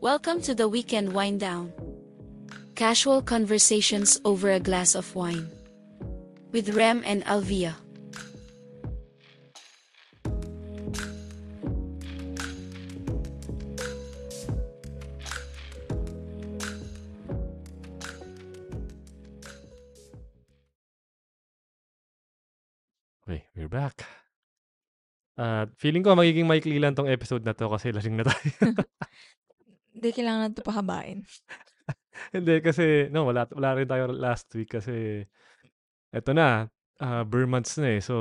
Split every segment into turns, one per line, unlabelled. Welcome to the weekend wind down. Casual conversations over a glass of wine. With Rem and Alvia.
Okay, we're back. At feeling ko magiging maikli lang tong episode na to kasi lasing na tayo.
Hindi, kailangan natin pahabain.
Hindi kasi, no, wala, wala rin tayo last week kasi eto na, ah, Burr months na eh. So,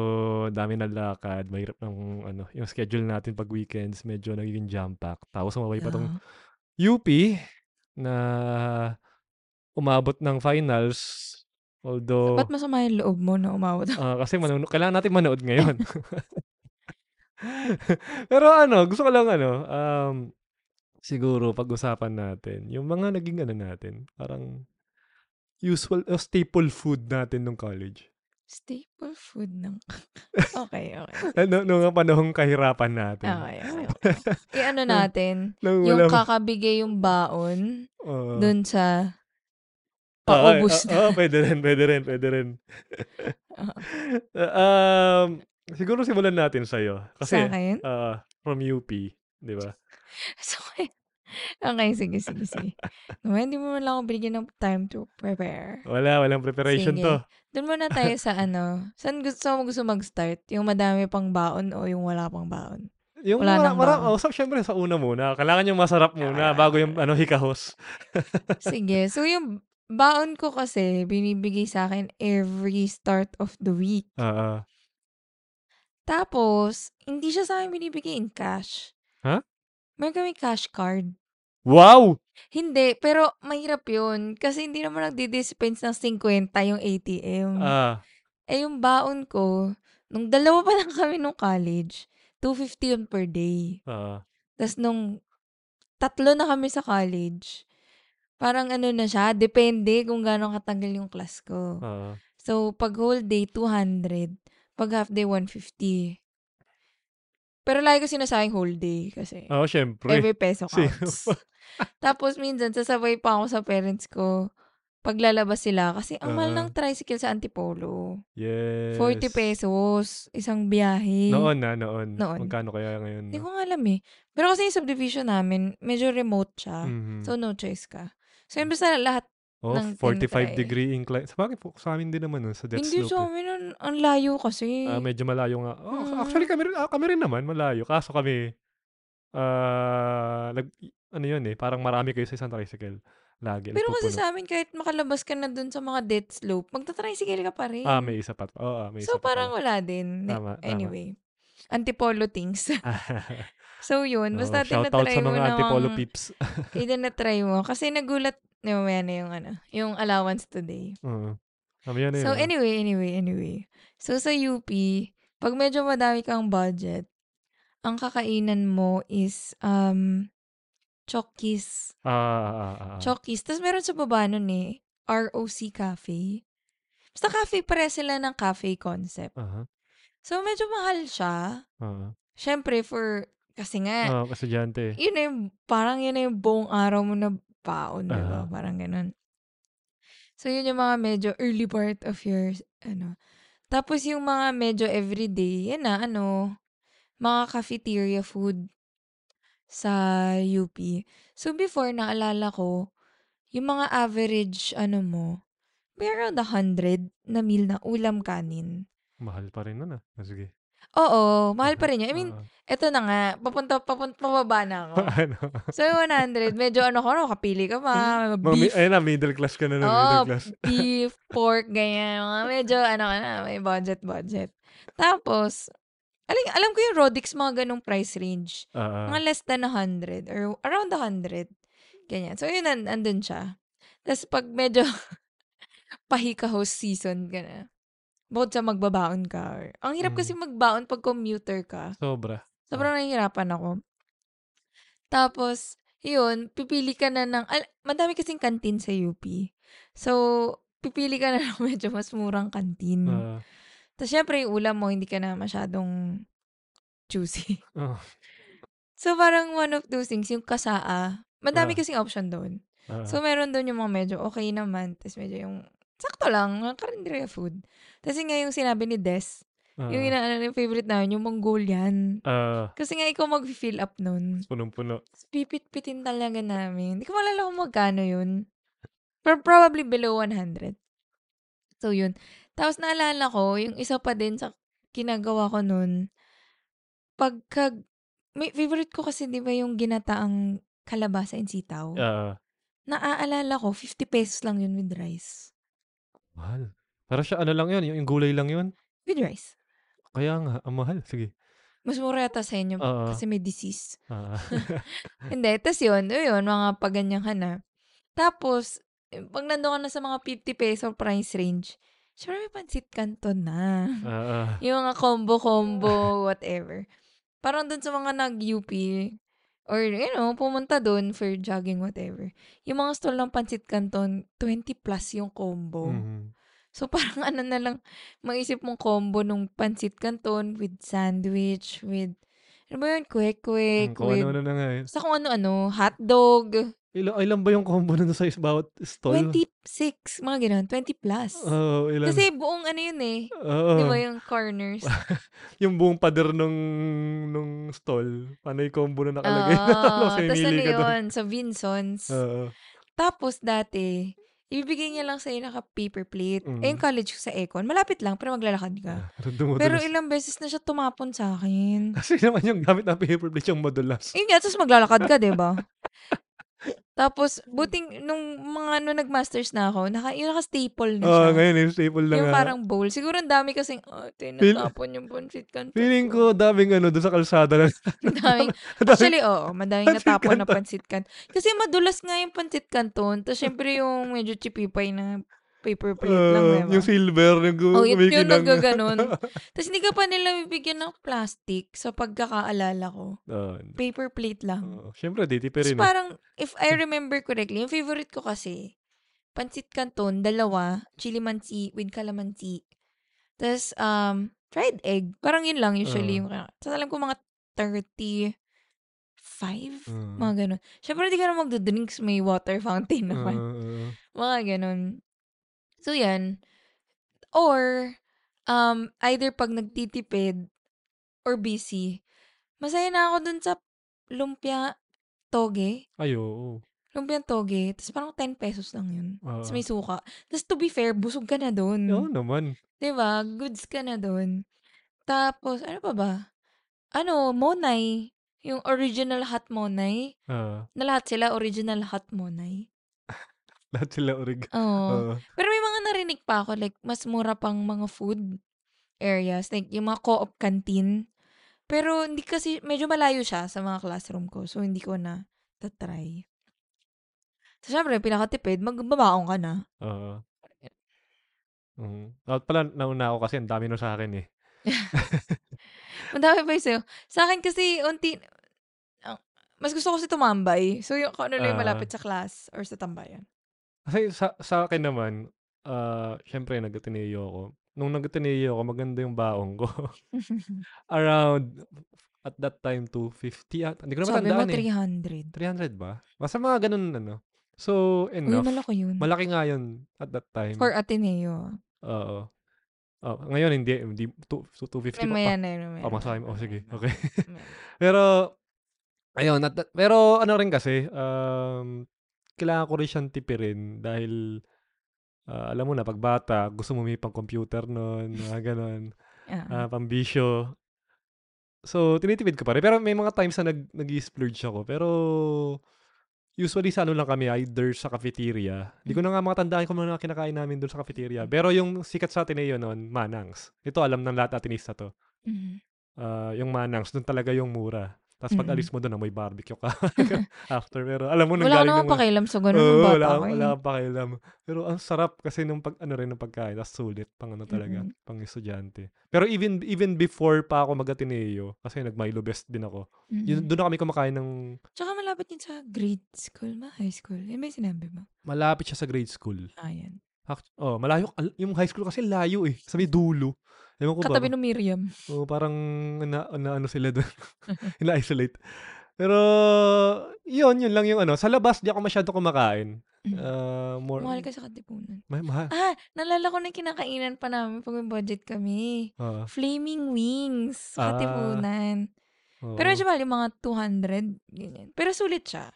dami na lakad. Mahirap ng, ano, yung schedule natin pag weekends, medyo nagiging jam-pack. Tapos sumabay pa tong
Yeah.
UP na umabot ng finals. Although,
Ba't masama yung loob mo na umawat?
Ah, kasi manunu- kailangan natin manood ngayon. Pero ano, gusto ko lang ano, um, siguro pag-usapan natin, yung mga naging ano natin, parang usual, uh, staple food natin nung college.
Staple food ng... okay, okay.
Ano, nung mga panahong kahirapan natin.
Okay, okay. I-ano natin,
Nung
yung
walang-
kakabigay yung baon
oo.
dun sa
Oh. Ah, ay,
paubos
ah, ah, pwede rin, pwede rin, pwede rin.
Oo.
um, siguro simulan natin sa'yo.
sa
Kasi,
akin.
ah, from UP, di ba?
So, okay, sige, sige, sige. No, hindi mo man lang ako binigyan ng time to prepare.
Wala, walang preparation
Sige.
to.
Doon muna tayo sa ano. Saan gusto mo gusto mag-start? Yung madami pang baon o yung wala pang baon?
Yung
Wala
mara,
nang
mara,
baon.
oh, sa- syempre sa una muna. Kailangan yung masarap muna bago yung ano hikahos.
Sige. So, yung baon ko kasi binibigay sa akin every start of the week.
Ah, ah.
Tapos, hindi siya sa akin binibigay in cash.
Ha?
Meron kami cash card.
wow!
Hindi, pero mahirap yun. Kasi hindi naman nagdi-dispense ng 50 yung ATM.
Ah,
eh, yung baon ko, nung dalawa pa lang kami nung college, 250 yun per day.
ah.
Tapos nung tatlo na kami sa college, parang ano na siya, depende kung gano'ng katagal yung class ko.
ah.
So, pag whole day, 200. Pag half day, 150. Pero lagi ko sinasabing whole day kasi
Oh, syempre.
every peso
Sino
counts.
ba?
Tapos minsan, sasabay pa ako sa parents ko paglalabas sila kasi ang mahal
Oo.
ng tricycle sa Antipolo.
Ah. Yes.
40 pesos, isang biyahe.
Noon na, noon.
Noon.
Magkano kaya ngayon?
Hindi
no?
ko nga alam eh. Pero kasi yung subdivision namin, medyo remote siya.
Mhm.
So, no choice ka. So, yun basta lahat.
oh, 45
ng tinatry.
degree incline. Sa bagay po, sa amin din naman nun, sa death
eh. hindi sa
slope. eh.
amin, ang, ang layo kasi.
Ah, medyo malayo nga. Oh,
Mm.
Actually, kami, rin- ah, kami rin naman, malayo. Kaso kami, ah, nag, ano yun eh, parang marami kayo sa isang tricycle. Lagi.
Pero kasi
nagpupuno.
sa amin, kahit makalabas ka na dun sa mga death slope, magta-tricycle ka pa rin.
Ah, may isa pa. Oo, ah, may isa
so,
pa pala.
parang wala din. Ni-
Tama, tama.
anyway. Antipolo things. so, yun.
Oo,
Basta
shout out
tinatry
sa
mo
mga
na
antipolo
mga-
peeps.
itinatry mo. Kasi nagulat, mamaya na yung ano, yung allowance today.
Oo. Mamaya na yun. ano.
So anyway, anyway, anyway. So sa UP, pag medyo madami kang budget, ang kakainan mo is um Chokis.
Ah, ah, ah, ah, ah.
Chokis. Tapos meron sa baba nun eh, ROC Cafe. Basta cafe, pare sila ng cafe concept.
Aha,
So medyo mahal siya.
ah,
Siyempre for, kasi nga,
ah, kasadyante.
yun na yung, parang yun na yung buong araw mo na baon, di ba?
Ah.
Parang ganun. So, yun yung mga medyo early part of your, ano. Tapos, yung mga medyo everyday, yan na, ano, mga cafeteria food sa UP. So, before, naalala ko, yung mga average, ano mo, may around 100 na meal na ulam kanin.
Mahal pa rin nun ah. Ah, Sige.
Oo, mahal
Aha,
pa rin yun. I mean,
ah,
eto na nga, papunta, papunta, pababa na ako.
ah. ano?
So, yung 100, medyo ano ko, ano, kapili ka
Mga
pa.
mi-
Beef, Oh,
ayun na, middle class ka na ng middle
Oo,
class.
beef, pork, ganyan. Mga medyo, ano ka na, may budget, budget. Tapos, aling, alam ko yung Rodix, mga ganong price range.
Ah, ah.
Mga less than 100 or around 100. Ganyan. So, yun, and, andun siya. Tapos, pag medyo pahikahos season ka na, bukod sa magbabaon ka. Or, ang hirap
Mm.
kasi magbaon pag commuter ka.
Sobra.
Sobrang nahihirapan ako. Tapos, yun, pipili ka na ng, al, madami kasing kantin sa UP. So, pipili ka na ng medyo mas murang kantin.
Ah,
Tapos, syempre, yung ulam mo, hindi ka na masyadong juicy.
ah,
So, parang one of those things, yung kasaa, Madami
Ah.
kasing option doon.
Ah,
So, meron doon yung mga medyo okay naman. Tapos medyo yung sakto lang, mga karinderya food. Tapos yun nga yung sinabi ni Des,
ah,
yung inaano yung favorite namin, yung Mongolian.
ah,
Kasi nga ikaw mag-fill up nun.
punong-puno.
Tapos Pipit-pitin talaga namin. Hindi ko malala kung magkano yun. Pero probably below 100. So, yun. Tapos naalala ko, yung isa pa din sa ginagawa ko nun, pagka, may favorite ko kasi di ba yung ginataang kalabasa and sitaw?
Ah,
Naaalala ko, 50 pesos lang yun with rice.
mahal. Para siya ano lang yun, yung, yung gulay lang yun.
With rice.
Kaya nga, ang mahal. Sige.
Mas mura yata sa inyo
Oo.
kasi may disease.
Ah,
Hindi, tas yun, yun, mga paganyan ka na. Tapos, eh, pag nandun ka na sa mga 50 peso price range, syempre may pansit canton na.
ah, ah,
Yung mga combo-combo, whatever. Parang dun sa mga nag-UP, or you know, pumunta dun for jogging, whatever. Yung mga stall ng pansit canton, 20 plus yung combo.
mhm.
So parang ano na lang, maisip mong combo nung pancit canton with sandwich, with, ano ba yun, kwek-kwek,
Mm, Kung
with,
ano-ano na nga yun.
sa kung ano-ano, hotdog,
Ilan, ilan ba yung combo nun sa is- bawat stall?
26, mga ganun, 20 plus.
Oo, ilan?
Kasi buong ano yun eh,
Oo.
di ba yung corners?
yung buong pader nung, nung stall, paano yung combo na nakalagay?
Oo,
Tapos may mili
tas Ah, ano
ka doon. Ah.
yun, sa Vinson's.
Oo.
Tapos dati, ibibigay niya lang sa'yo naka paper plate.
Mm. Ah,
Eh, yung college ko sa Econ, malapit lang, pero maglalakad ka.
Parang dumudulas.
Pero ilang beses na siya tumapon sa akin.
Kasi naman yung gamit ng paper plate yung madulas.
Yun nga, tapos maglalakad ka, di ba? Tapos, buting, nung mga ano, nag-masters na ako, naka, yung naka-staple na
Oo,
siya.
ngayon yung staple na
yung
nga.
parang bowl. Siguro ang dami kasing, oh, tinatapon yung pancit canton.
Feeling ko daming ano doon sa kalsada na.
Ang daming,
daming,
actually, oo, madaming
pancit
natapon na
canton.
pancit canton. Kasi madulas nga yung pancit canton. Tapos, syempre, yung medyo chipipay na paper plate
ah,
lang, di ba?
yung silver, yung gu-
Oh, yun, yun
kumikinang.
nagaganon. Tapos, hindi ka pa nila bibigyan ng plastic sa pagkakaalala ko.
Oo,
Paper plate lang.
oo. Siyempre, DTP
Tapos
rin. eh.
parang, if I remember correctly, yung favorite ko kasi, pancit canton, dalawa, chili mansi with calamansi. Tapos, um, fried egg. Parang yun lang
Ah.
usually. yung kaya- Tapos alam ko mga 35,
Ah.
mga ganun. Siyempre, hindi ka na magdodrinks, may water fountain naman.
Oo, oo.
Mga ganun. So, yan. Or, um, either pag nagtitipid or busy, masaya na ako dun sa lumpia toge.
Ay, oo.
Lumpiang toge. Tapos parang 10 pesos lang yun. Tapos
Oo.
may suka. Tapos to be fair, busog ka na dun.
Oo naman.
'Di ba Goods ka na dun. Tapos, ano pa ba? Ano, Monay. Yung original hot Monay.
Ah,
Na lahat sila, original hot Oh. Monay.
lahat sila orig. Oo.
Oo. Pero may mga narinig pa ako, like, mas mura pang mga food areas. Like, yung mga co-op canteen. Pero hindi kasi, medyo malayo siya sa mga classroom ko. So, hindi ko na tatry. So, syempre, pinakatipid, magbabaon ka na.
Oo. Mm. Dapat pala, nauna ako kasi ang dami nun sa akin eh.
Madami pa yun sa'yo. Sa akin kasi, unti, ang- mas gusto ko si tumambay. So, yung kung ano lang yung
Ah.
malapit sa class or sa tambayan.
Kasi sa, sa akin naman, ah, syempre, nag ako. Nung nag ako, maganda yung baong ko. Around, at that time, 250. At, hindi ko na
Sabi mo,
matandaan eh.
300.
300 ba? Basta mga ganun, ano. So,
Uy,
enough.
malaki yun.
Malaki nga yun at that time.
For Ateneo.
Oo. Oh, ngayon, hindi. hindi two- two- 250 pa.
Mamaya na yun. mamaya
pa oh,
na.
masaya. Oh, sige.
Mamaya
Okay.
na. Mamaya na.
pero, ayun. At, that- pero, ano rin kasi, um, kailangan ko rin siyang tipirin dahil, ah, alam mo na, pag bata, gusto mo may pang computer nun, mga ganun,
Ah.
ah, pambisyo. So, tinitipid ko pa rin. Pero may mga times na nag, nag-splurge ako. Pero, usually sa ano lang kami, either sa cafeteria. Hindi ko na nga matandaan kung ano na kinakain namin doon sa cafeteria. Pero yung sikat sa Ateneo noon, Manangs. Ito alam ng lahat Atenista to.
Mhm.
Ah, yung Manangs, doon talaga yung mura. Tapos pag
Mm.
alis mo doon, amoy barbecue ka after. Pero alam mo, nang
Wala ko
galing
naman
ng mga-
pakialam sa ganun.
Oo,
nung bata
wala,
ko eh.
wala akong pakialam. Pero ang sarap kasi nung pag, ano rin ng pagkain. Tapos sulit pang ano talaga,
Mm-mm.
pang estudyante. Pero even even before pa ako mag-Ateneo, kasi nag-Milo Best din ako,
Mhm.
yun, doon na kami kumakain ng,
Tsaka malapit din sa grade school ba? High school? Yan ba yung sinabi mo?
malapit siya sa grade school.
Ah, yan.
Act- oh, malayo. al- Yung high school kasi layo eh. Sa may dulo. Ewan ko
Katabi
ba?
ng Miriam.
Oo, parang na, na ano sila doon. Ina-isolate. Pero, yun, yun lang yung ano. Sa labas, di ako masyado kumakain.
Mm.
Ah, more,
Mahal ka sa Katipunan.
ma- mahal.
Ah, nalala ko na yung kinakainan pa namin pag may budget kami.
Ah,
Flaming wings sa
Ah,
Katipunan.
oo.
Pero siya bali mga 200. Ganyan. Pero sulit siya.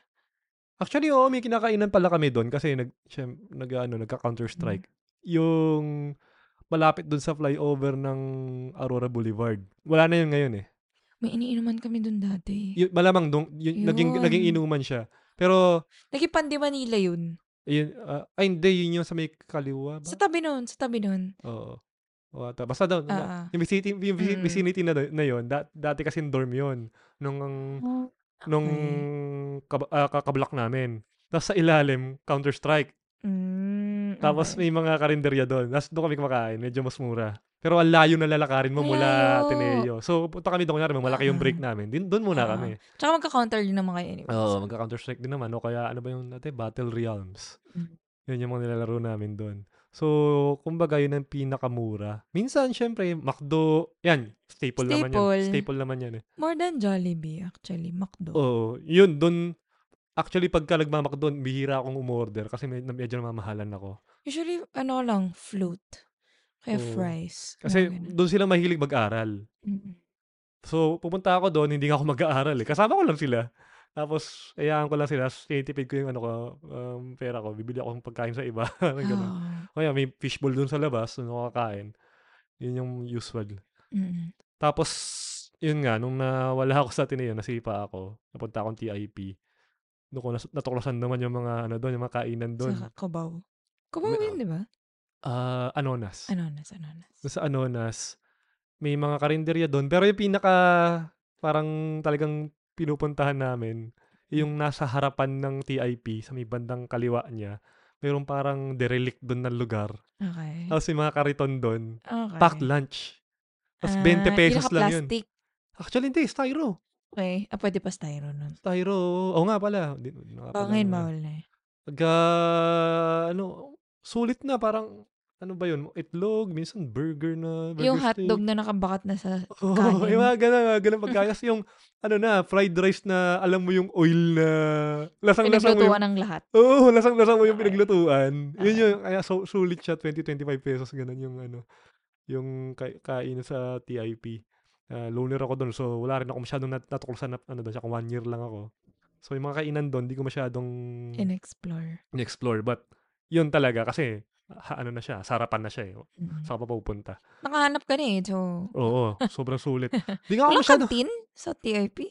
Actually, oo, may kinakainan pala kami doon kasi nag, siyem- nag ano, nagka-counter-strike.
Mm.
Yung malapit doon sa flyover ng Aurora Boulevard. Wala na yun ngayon eh.
May iniinuman kami dun dati.
Yun, malamang dun, yun, naging,
Yun.
naging inuman siya. Pero,
Nagipandi Manila yun.
yun, ah, ay hindi, yun yung sa may kaliwa ba? Ano
Sa tabi nun, sa tabi nun.
Oo. O, ata. Basta daw, na-
Ah, ah.
yung vicinity, yung vici-
Mm.
vicinity na, do- na yun, da- dati kasi dorm yun. Nung, Hmm. nung kab- ah, kakablock namin. Tapos sa ilalim, Counter-Strike.
Mm,
Tapos
okay.
may mga karinderya doon. Tapos doon kami kumakain. Medyo mas mura. Pero ang layo na lalakarin mo mula
Malayo.
Ateneo. So punta kami doon. Kunyari, malaki yung break namin. Din, doon muna
Ah.
kami.
Tsaka magka-counter din naman kayo anyway.
Oo, magka-counter-strike din naman. O kaya ano ba yung natin? Battle Realms.
Mm.
Yun yung mga nilalaro namin doon. So, kumbaga yun ang pinakamura. Minsan, syempre, McDo, yan, staple, naman
Staple.
yan. Staple naman yan eh.
More than Jollibee actually, McDo.
Oo, yun, doon, actually, pagka nagmamak doon, bihira akong umorder kasi med- medyo namamahalan ako.
Usually, ano lang, float. Kaya
Oo.
fries.
Oh. Kasi
Mga ganun.
doon sila mahilig mag-aral.
Mm.
So, pupunta ako doon, hindi nga ako mag-aaral eh. Kasama ko lang sila. Tapos, ayaan ko lang sila, tinitipid ko yung ano ko, um, pera ko, bibili ako ng pagkain sa iba. Parang ganun.
Oo.
Kaya may fishbowl doon sa labas, doon ako kakain. Yun yung usual.
Mm.
Tapos, yun nga, nung nawala ako sa Ateneo, nasipa ako, napunta akong TIP. Doon ko nas- natuklasan naman yung mga, ano doon, yung mga kainan doon.
Sa Kabaw. Kabaw
May-
yun, di ba?
Ah, Anonas.
Anonas, anonas.
Doon sa Anonas, may mga karinderya doon. Pero yung pinaka, parang talagang pinupuntahan namin,
Hmm.
yung nasa harapan ng TIP, sa may bandang kaliwa niya, mayroong parang derelict doon ng lugar.
Okay.
Tapos may mga kariton doon.
Okay.
Packed lunch. Tapos
Ah,
20
yung
pesos lang yun.
naka-plastic.
Actually, hindi. Styro.
Okay. Ah, pwede pa styro nun.
Styro. Oo nga pala. Di, di nga
Oh,
pala
ngayon
ano.
bawal na eh.
Pag, ano, sulit na. Parang, ano ba yun? Itlog, minsan burger na. Burger
Yung
steak.
hotdog na nakabakat na sa...
Oo,
Kanin.
yung mga ganun, mga ganun pagkain. Tapos yung, ano na, fried rice na, alam mo yung oil na, lasang-lasang mo yung,
Pinaglutuan ng lahat.
oo, lasang-lasang mo yung
Okay. Ah.
pinaglutuan. Yun
Okay.
yung, kaya so, sulit siya, 20-25 pesos, ganun yung, ano, yung ka- kain sa TIP. Ah, loner ako doon, so wala rin ako masyadong nat- natuklasan na, ano doon, siya, one year lang ako. So yung mga kainan doon, di ko masyadong
In-explore.
in-explore, but yun talaga, kasi, ha- ano na siya, sarapan na siya eh.
Mm.
Saan ka pa pupunta?
Nakahanap ka na eh, so...
Oo, sobrang sulit. Di nga ako
Walang
masyado,
kantin sa TIP?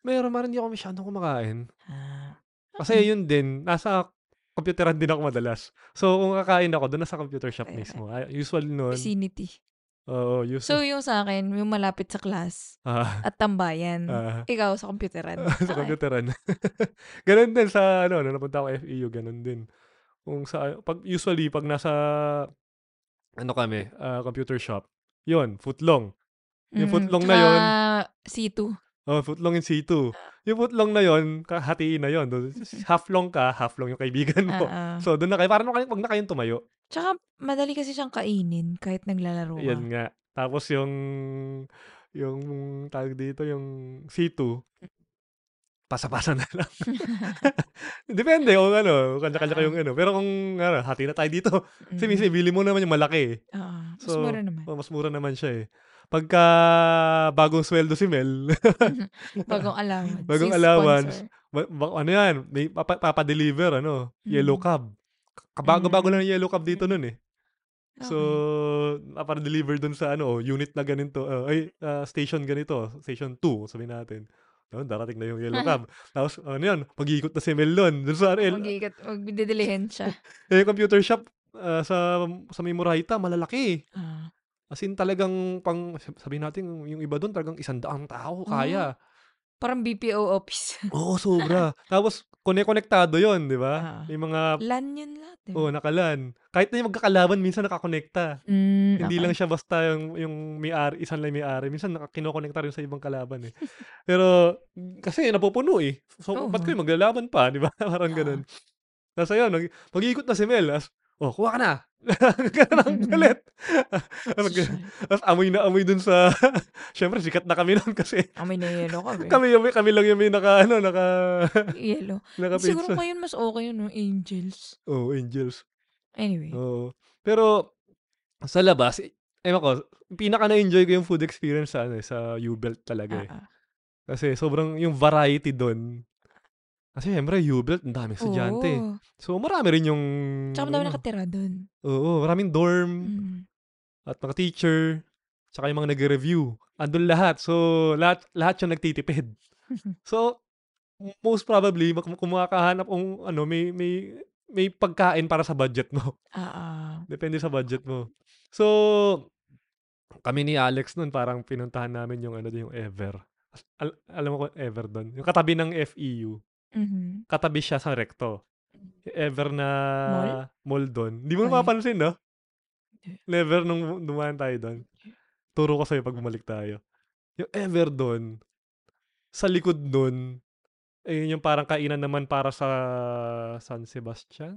Meron, meron hindi ako masyadong kumakain.
Ah.
Kasi yun din, nasa computeran din ako madalas. So, kung kakain ako, doon nasa computer shop
Ay, ay.
mismo. Ay, Usual nun.
Vicinity.
Oo, usual.
So, yung sa akin, yung malapit sa class
ah,
at tambayan.
ah,
Ikaw sa computeran.
sa computeran. ganun din sa, ano, nung napunta ako FEU, ganun din. Kung sa, pag, usually, pag nasa, ano kami, ah, computer shop, yun, footlong.
Mm.
Yung footlong na yun.
C2.
Oh, footlong in C2.
Ah.
Yung footlong na yun, kahatiin na yun. Doon- Half long ka, half long yung kaibigan mo. Ano
Ah, ah.
So, doon na kayo. Parang kayo, pag na kayong tumayo,
Tsaka, madali kasi siyang kainin kahit naglalaro ka.
Yan nga. Tapos yung yung tawag dito yung C2 pasa-pasa na lang. Depende kung ano, kanya-kanya
Ah.
kayong ano. Pero kung ano, hati na tayo dito.
Mm.
Kasi minsan bili mo naman yung malaki eh.
Ah, mas
So,
mura naman.
Oh, mas mura naman siya eh. Pagka bagong sweldo si Mel,
Bagong allowance.
Bagong
Yung
allowance.
sponsor.
ba- ba- ano yan, may papa- papadeliver, ano, yellow
Mm.
cab. Kabago-bago lang yung yellow cab dito nun eh.
Okay.
So, ah, para deliver dun sa ano, oh, unit na ganito, ah, ay, ah, station ganito, station 2, sabihin natin. Doon, darating na yung yellow cab. Tapos, ano yun, mag-iikot na si Mel doon. Doon sa, ano, yun,
Mag-iikat, magdidilihen siya.
eh, computer shop, ah, sa, sa may Murayta, malalaki.
Ah.
As in, talagang pang, sab- sabihin natin, yung iba doon, talagang isandaang tao, kaya.
Parang BPO office.
Oo, sobra. Tapos, kone-konektado yun, di ba?
Ah.
May mga,
LAN yun lahat. Eh.
oh, nakalan. Kahit na yung magkakalaban, minsan nakakonekta.
Mm,
Hindi
okay.
lang siya basta yung, yung may-ari, isang lang may-ari. Minsan nakakinokonekta rin sa ibang kalaban eh. Pero, kasi napupuno eh. So,
Oo.
ba't ko yung maglalaban pa, di ba? Parang
Oo.
ganun. Tapos ayun, mag- mag-iikot na si Mel. As, oh, kuha ka na. Ganun ang galit. Tapos amoy na amoy dun sa... Siyempre, sikat na kami nun kasi
Kami na yelo kami.
kami, yung, kami lang yung may naka, ano, naka,
eh. yelo.
naka
Siguro ngayon mas okay yun, no? Angels.
Oh, angels.
Anyway.
Oo. Pero, sa labas, eh, ewan ko, pinaka na-enjoy ko yung food experience sa, ano, eh, sa U-Belt talaga eh.
ah, ah.
Kasi sobrang, yung variety doon. Kasi syempre, U-Belt, ang daming estudyante. eh.
Oo.
So, marami rin yung...
Tsaka madami
ano,
nakatira doon.
Oo, maraming dorm
Mm.
at mga teacher, tsaka yung mga nag-review. Andun lahat. So, lahat, lahat yung nagtitipid. so, most probably, mak- kung makakahanap kung ano, may, may, may pagkain para sa budget mo.
Ah, ah.
Depende sa budget mo. So, kami ni Alex nun, parang pinuntahan namin yung ano yung Ever. Al- alam mo ko Ever doon. Yung katabi ng FEU.
Mhm.
Katabi siya sa Recto. Yung Ever na
Mall?
mall doon. Hindi mo
Ay.
mapapansin, no?
Hindi.
Never nung dumaan tayo doon. Turo ko sa'yo pag bumalik tayo. Yung Ever doon, sa likod nun, eh, yung parang kainan naman para sa San Sebastian?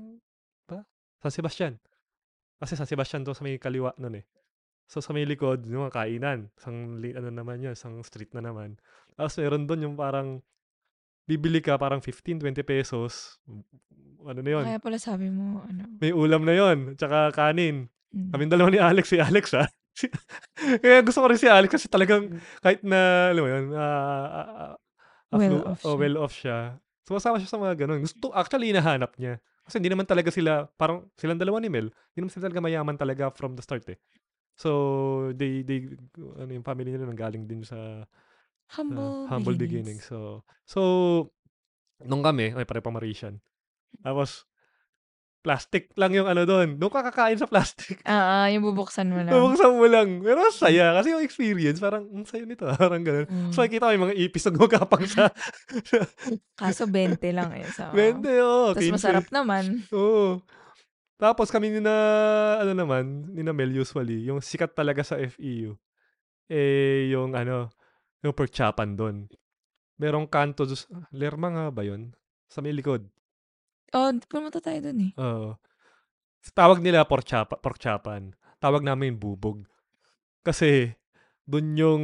Ba? San Sebastian. Kasi San Sebastian to sa may kaliwa nun eh. So sa may likod, yung mga kainan. Isang, li- ano naman yun, isang street na naman. Tapos meron doon yung parang, bibili ka parang 15, 20 pesos. Ano na yun?
Kaya pala sabi mo, ano.
May ulam na yun. Tsaka kanin.
mm.
Kami dalawa ni Alex, si Alex ah. Si- Kaya gusto ko rin si Alex kasi
Mm.
talagang kahit na, alam mo yun, ah, ah, ah,
Well
afflu- oh,
off siya.
well off siya. Sumasama siya sa mga ganun. Gusto, actually, hinahanap niya. Kasi hindi naman talaga sila, parang silang dalawa ni Mel, hindi naman sila talaga mayaman talaga from the start eh. So, they, they, ano yung family nila nanggaling din sa sa
Humble,
ah, humble beginnings.
beginnings.
So, so, nung kami, ay pare pa Mauritian. Tapos, plastic lang yung ano doon. Doon kakakain sa plastic.
Ah, ah, yung bubuksan mo lang.
Nabuksan mo lang. Pero ang saya. Kasi yung experience, parang, ang saya nito. Parang ganun.
Mm.
So, nakikita ko yung mga ipis na gumagapang sa...
Kaso 20 lang eh. So,
Bende, oo.
Tapos
15.
masarap naman.
Oo. Tapos kami ni na, ano naman, ni na Mel usually, yung sikat talaga sa FEU, eh, yung ano, yung pork chapan doon. Merong kanto, dus- Lerma nga ba yun? Sa may likod.
Oh, pumunta tayo dun eh.
Oo. Sa Tawag nila pork, chapa, pork chapan. Tawag namin bubog. Kasi, doon yung...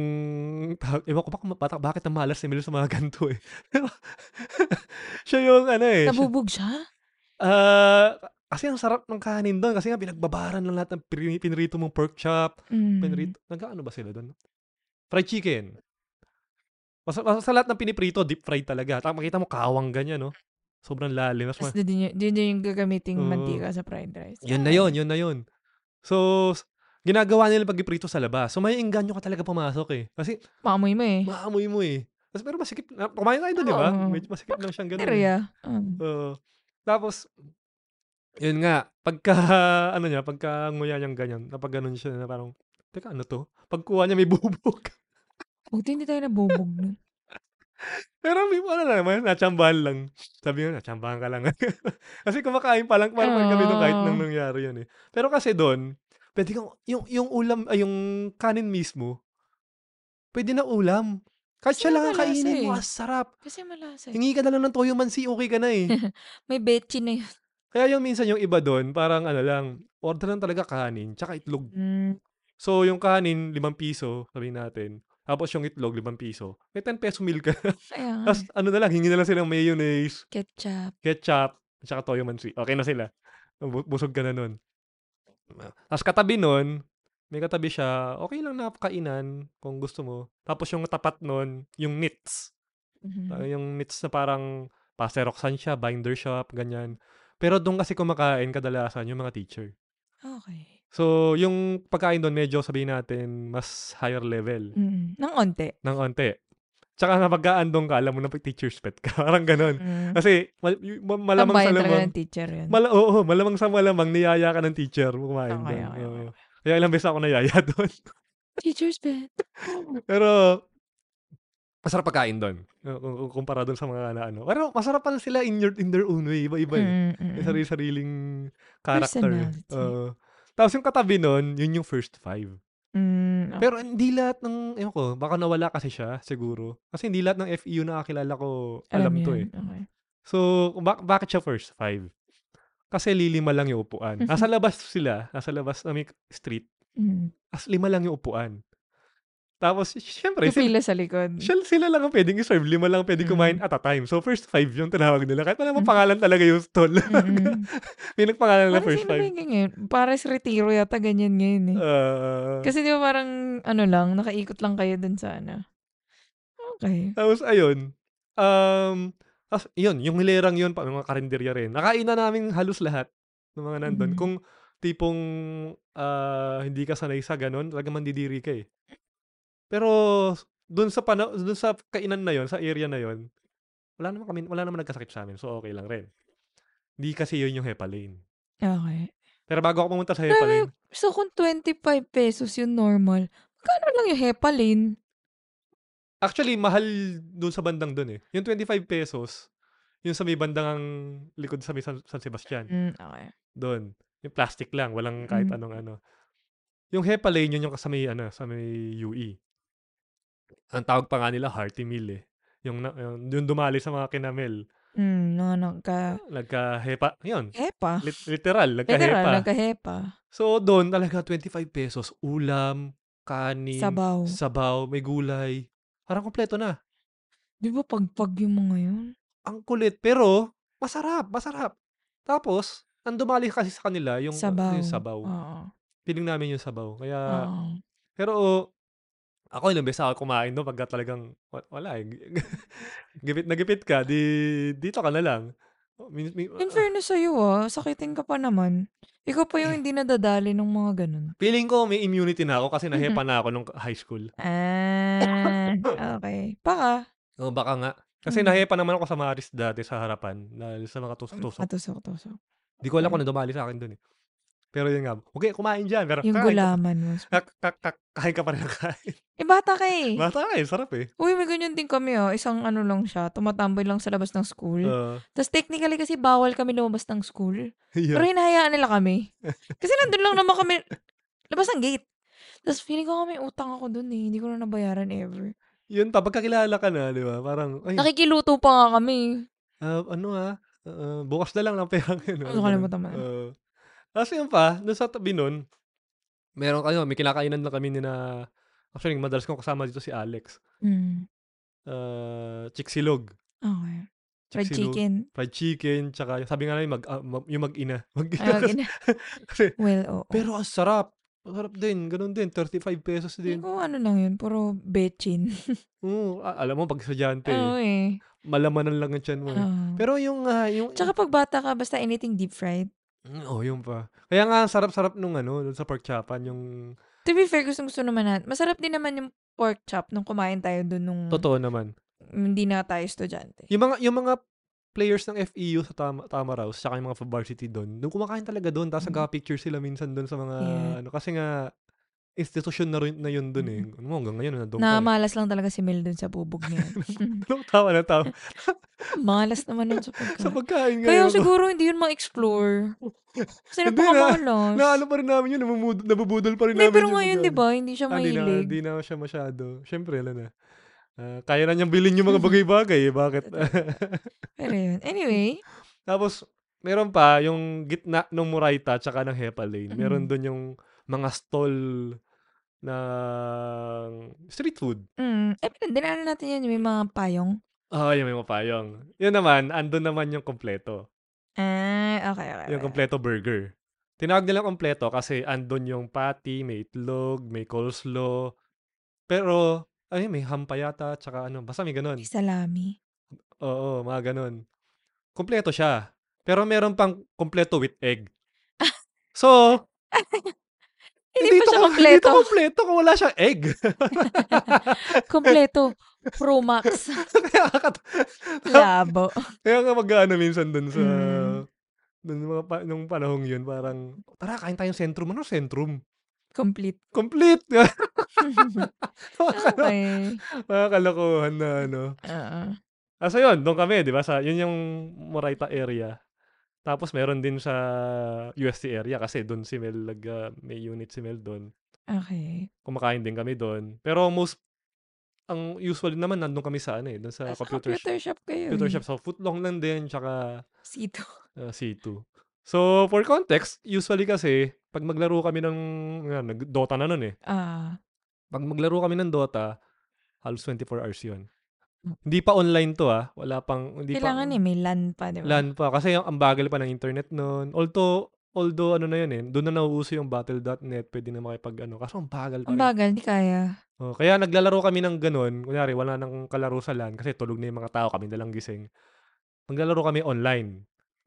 tawag- Ewan ko ba kung bata, bakit ang malas ni Milo sa mga ganito eh. siya yung ano eh. siya-
Nabubog siya?
Ah, kasi ang sarap ng kanin doon. Kasi nga pinagbabaran lang lahat ng pin- pinrito mong pork chop.
Mm.
Pinrito. Nagkaano ba sila doon? Fried chicken. Mas, mas, sa lahat ng piniprito, deep fried talaga. Tapos makita mo kawang ganyan, no? Sobrang lalim. Mas,
Tapos doon din yun, doon din yung gagamiting
Oo.
mantika sa fried rice.
Yun na yun, yun na yun. So, s- ginagawa nila pag iprito sa labas. So, may engganyo ka talaga pumasok eh. Kasi,
Maamoy mo eh.
maamoy mo eh. Tapos, pero masikip, na- kumain tayo doon, di ba?
Oo.
Medyo masikip lang siyang ganun.
Pero
eh.
yeah. Um,
Oo. tapos, yun nga, pagka, ano niya, pagka nguya niyang ganyan, napag ganun siya na parang, teka, ano to? Pagkuha niya may bubog.
buti hindi tayo nabubog nun.
Pero may ano na naman, natsambahan lang. Sabi nga, natsambahan ka lang. kasi kumakain pa lang, parang kami doon kahit nang
Oo.
nangyari yan eh. Pero kasi doon, pwede kang, yung, yung ulam, ay yung kanin mismo, pwede na ulam. Kahit siya lang
Masarap
ang
ang lasa
kainin mo,
eh.
ang sarap.
Kasi malasa eh.
Hingi ka na lang ng toyo mansi, okay ka na eh.
May betchi na yun.
Kaya yung minsan yung iba doon, parang ano lang, order lang talaga kanin, tsaka itlog.
Mm.
So, yung kanin, limang piso, sabihin natin. Tapos yung itlog, limang piso. May 10 peso meal ka.
Kaya nga.
Tapos ano na lang, hingi na lang silang mayonnaise,
Ketchup.
ketchup, tsaka toyo mansi. Okay na sila. Bu- Busog ka na nun. Tapos katabi nun, may katabi siya, okay lang na kainan kung gusto mo. Tapos yung tapat nun, yung knits.
Mhm.
Ah, Yung knits na parang paseroksan siya, binder shop, ganyan. Pero doon kasi kumakain kadalasan yung mga teacher.
Okay.
So, yung pagkain doon, medyo sabihin natin, mas higher level
Mm. Nang onte.
ng onte. Tsaka napagkaan doon ka, alam mo na pag teacher's pet ka. Parang ganun.
Mm.
Kasi, mal- y- ma- malamang
Tambayan
sa
talaga
lamang.
ng teacher yun. Ah,
Mala, oo, malamang sa malamang, niyaya ka ng teacher kumain
Okay,
doon.
okay,
Oo.
okay.
Kaya ilang beses ako nayaya doon.
Teacher's pet.
Pero, masarap pagkain doon. Oo, kung- kung- Kumpara doon sa mga na ano. Pero masarap pa sila in, your, in their own way. Iba-iba eh.
Mm, mm,
May
mm.
sarili-sariling character.
Personality.
Oo. tapos yung katabi nun, yun yung first five.
Mm, okay.
Pero hindi lahat ng, ewan ko, baka nawala kasi siya, siguro. Kasi hindi lahat ng E FEU na kakilala ko alam, to eh.
yun. Okay.
So, bak- bakit siya first five? Kasi lilima lang yung
Mm-hmm.
upuan. Nasa labas sila, nasa labas ng may street,
Mm.
as lima lang yung upupuan. Tapos, syempre,
Yung
sila,
pila sa likod.
Sila, sila lang ang pwedeng i-serve. Lima lang pwedeng
Mm.
kumain at a time. So, first five yung tinawag nila. Kahit wala
Mm.
namang pangalan talaga yung stall.
Mm-mm.
May nagpangalan na
Mm, Parang
first
sino ba
five.
yung ganyan? Pares retiro yata ganyan ngayon eh.
Ah.
Kasi di ba parang ano lang, nakaikot lang kayo dun sa ano. Okay.
tapos, ayun. Um, tapos, yun, yung hilerang yun, pa, mga karinderya rin. Nakain na namin halos lahat ng mga nandun.
Mm.
Kung tipong ah, hindi ka sanay sa ganun, talaga mandidiri ka eh. Pero, dun sa, pana- dun sa kainan na yon sa area na yon wala naman kami, wala naman nagkasakit sa amin. So, okay lang rin. Hindi kasi yun yung Hepa Lane.
Okay.
Pero bago ako pumunta sa
Grabe.
Hepalin,
So kung 25 pesos yung normal, magkano lang yung hepalin?
actually, mahal doon sa bandang doon eh. Yung 25 pesos, yung sa may bandang ang likod sa may San, San Sebastian,
Mm, okay.
doon. Yung plastic lang, walang kahit
Mm.
anong ano. Yung Hepalin, yun yung sa may, ano, sa may UE. Ang tawag pa nga nila, hearty meal eh. Yung, na- yung, yung dumali sa mga kinamel.
Mm, no, nagka
Nagka-hepa, yun.
hepa.
Lit- literal,
Literal,
nagka-hepa.
nagka hepa.
So, doon talaga 25 pesos. Ulam, kanin,
Sabaw.
sabaw, may gulay. Parang kompleto na.
Di ba pagpag yung mga yun?
ang kulit pero masarap, masarap. Tapos, ang dumali kasi sa kanila yung ano,
sabaw. Oh.
yung sabaw. Ah,
Oo.
Feeling namin yung sabaw. Kaya
Oo.
pero oh, ako ilang beses ako kumain no pagka talagang wa- wala eh. gipit na gipit ka, di dito ka na lang. Oh, min- min-
In fairness sa'yo ah, sakitin ka pa naman. Ikaw pa yung hindi nadadali ng mga ganun.
feeling ko may immunity na ako kasi
Mm-hmm.
nahepa na ako nung high school.
Ah, okay. Baka.
O Oh, baka nga. Kasi
Mm.
nahepa naman ako sa Maris dati sa harapan dahil sa mga
Ah,
tusok-tusok.
Patusok-tusok.
Di ko alam kung ano dumali sa akin doon eh. Pero yun nga, okay, kumain dyan. Pero
Yung
kain ka-
gulaman mo.
Kak, kak, kak, kain ka pa rin ng kain.
Eh, bata ka eh.
Bata ka eh, sarap eh.
Uy, may ganyan din kami oh. Isang ano lang siya. Tumatamboy lang sa labas ng school.
Uh,
Tapos technically kasi bawal kami lumabas ng school.
yeah.
Pero hinahayaan nila kami. Kasi nandun lang naman kami, labas ng gate. Tapos feeling ko kami utang ako dun eh. Hindi ko na nabayaran ever.
Yun pa, pagkakilala ka na, di ba? Parang, ay,
Nakikiluto pa nga kami.
ah, ano ah, ah, bukas na lang ng pera ngayon.
Ano ka naman tama?
Tapos yun pa, doon sa tabi nun, meron kayo, may kinakainan lang kami ni na, actually, madalas kong kasama dito si Alex. Hmm.
Mm.
Uh, chiksilog.
Okay. Fried
Chiksilog,
chicken.
Fried chicken, tsaka sabi nga namin, mag, ah, mag- yung mag-ina. Mag-ina.
Ay, wag ina.
kasi,
well, oo.
pero ang sarap. Ang sarap din, ganun din, 35 pesos din.
Hindi ko ano lang yun, puro bechin.
Oo, ah, alam mo, pag estudyante,
Oo eh.
malamanan lang ang tiyan mo. eh.
Oo.
Pero yung, ah, yung,
Tsaka pag bata ka, basta anything deep fried.
Mm, oh, yung pa. Kaya nga, ang sarap-sarap nung ano, dun sa pork chapan, yung
To be fair, gusto gusto naman natin. Masarap din naman yung pork chop nung kumain tayo dun nung
totoo naman.
hindi na tayo estudyante.
Yung mga, yung mga players ng FEU sa Tam- Tamaraws, saka yung mga varsity doon, nung kumakain talaga doon, tapos
Mm.
nagka-picture sila minsan doon sa mga,
Yeah.
ano, kasi nga, institusyon na, rin, na yun doon eh.
Mm.
Ano mo, hanggang ngayon, nandun
Na
pa eh.
malas lang talaga si Mel dun sa bubog niya.
Anong tawa na tawa?
malas naman nun sa pagkain.
sa pagkain ngayon.
Kaya siguro hindi yun ma-explore.
ano. Hindi
Kasi
na.
napakamalas.
na ano pa rin namin yun, namumud- nabubudol pa rin
Hindi,
namin
pero
yung
ngayon,
pagkain.
di ba, hindi siya
Ah, di na,
mahilig.
di na siya masyado. Siyempre, ala na. Ah, kaya na niyang bilhin yung mga bagay-bagay eh. Bakit?
Pero yun. Anyway,
Tapos, meron pa yung gitna ng Murayta tsaka ng Hepa Lane. Meron
Mhm.
doon yung mga stall na street food.
mm, eh, dinaanan natin yan, yung may mga payong.
Ah, yung may mapayong. Yun naman, andun naman yung kompleto.
Ah, okay, okay.
Yung kompleto burger. Tinawag nila kompleto kasi andun yung patty, may itlog, may coleslaw. Pero, ay, may ham pa yata, tsaka ano, basta may ganun.
May salami.
Oo, mga ganun. Kompleto siya. Pero meron pang kompleto with egg. Ah. So,
Hindi
Hindi
pa
to
siya
ko- Hindi
kompleto.
to kompleto kung wala siyang egg.
kompleto. Pro Max.
kaya, kat-
Labo.
kaya nga mag-ano minsan dun sa...
Mm.
Dun mga pa- nung panahong yun, parang, tara, kain tayong sentrum. Ano sentrum?
Complete.
Complete! mga, kalo-
okay.
mga kalokohan na ano.
Oo.
Ah, so yun, doon kami, di ba? Sa, yun yung Moraita area. Tapos meron din sa UST area kasi doon si Mel, nag, ah, may unit si Mel doon.
Okay.
Kumakain din kami doon. Pero most, ang usual naman, nandun kami sa ano eh, doon sa
Sa
computer,
computer shop kayo.
computer
eh.
shop. So, footlong lang din, tsaka
Sito.
uh, C2. So, for context, usually kasi, pag maglaro kami ng, nga, nag- Dota na nun eh.
Ah.
Pag maglaro kami ng Dota, halos 24 hours yun. Hindi pa online to ah. Wala pang, hindi
kailangan
pa,
eh, may LAN pa, di ba?
LAN pa. Kasi ang, ang bagal pa ng internet noon. Although, although ano na yun eh, doon na nauuso yung battle.net, pwede na makipag ano. Kaso ang bagal pa
Ang
rin.
bagal, hindi kaya.
Oh, kaya naglalaro kami ng ganun. Kunyari, wala nang kalaro sa LAN kasi tulog na yung mga tao, kami dalang gising. Maglalaro kami online.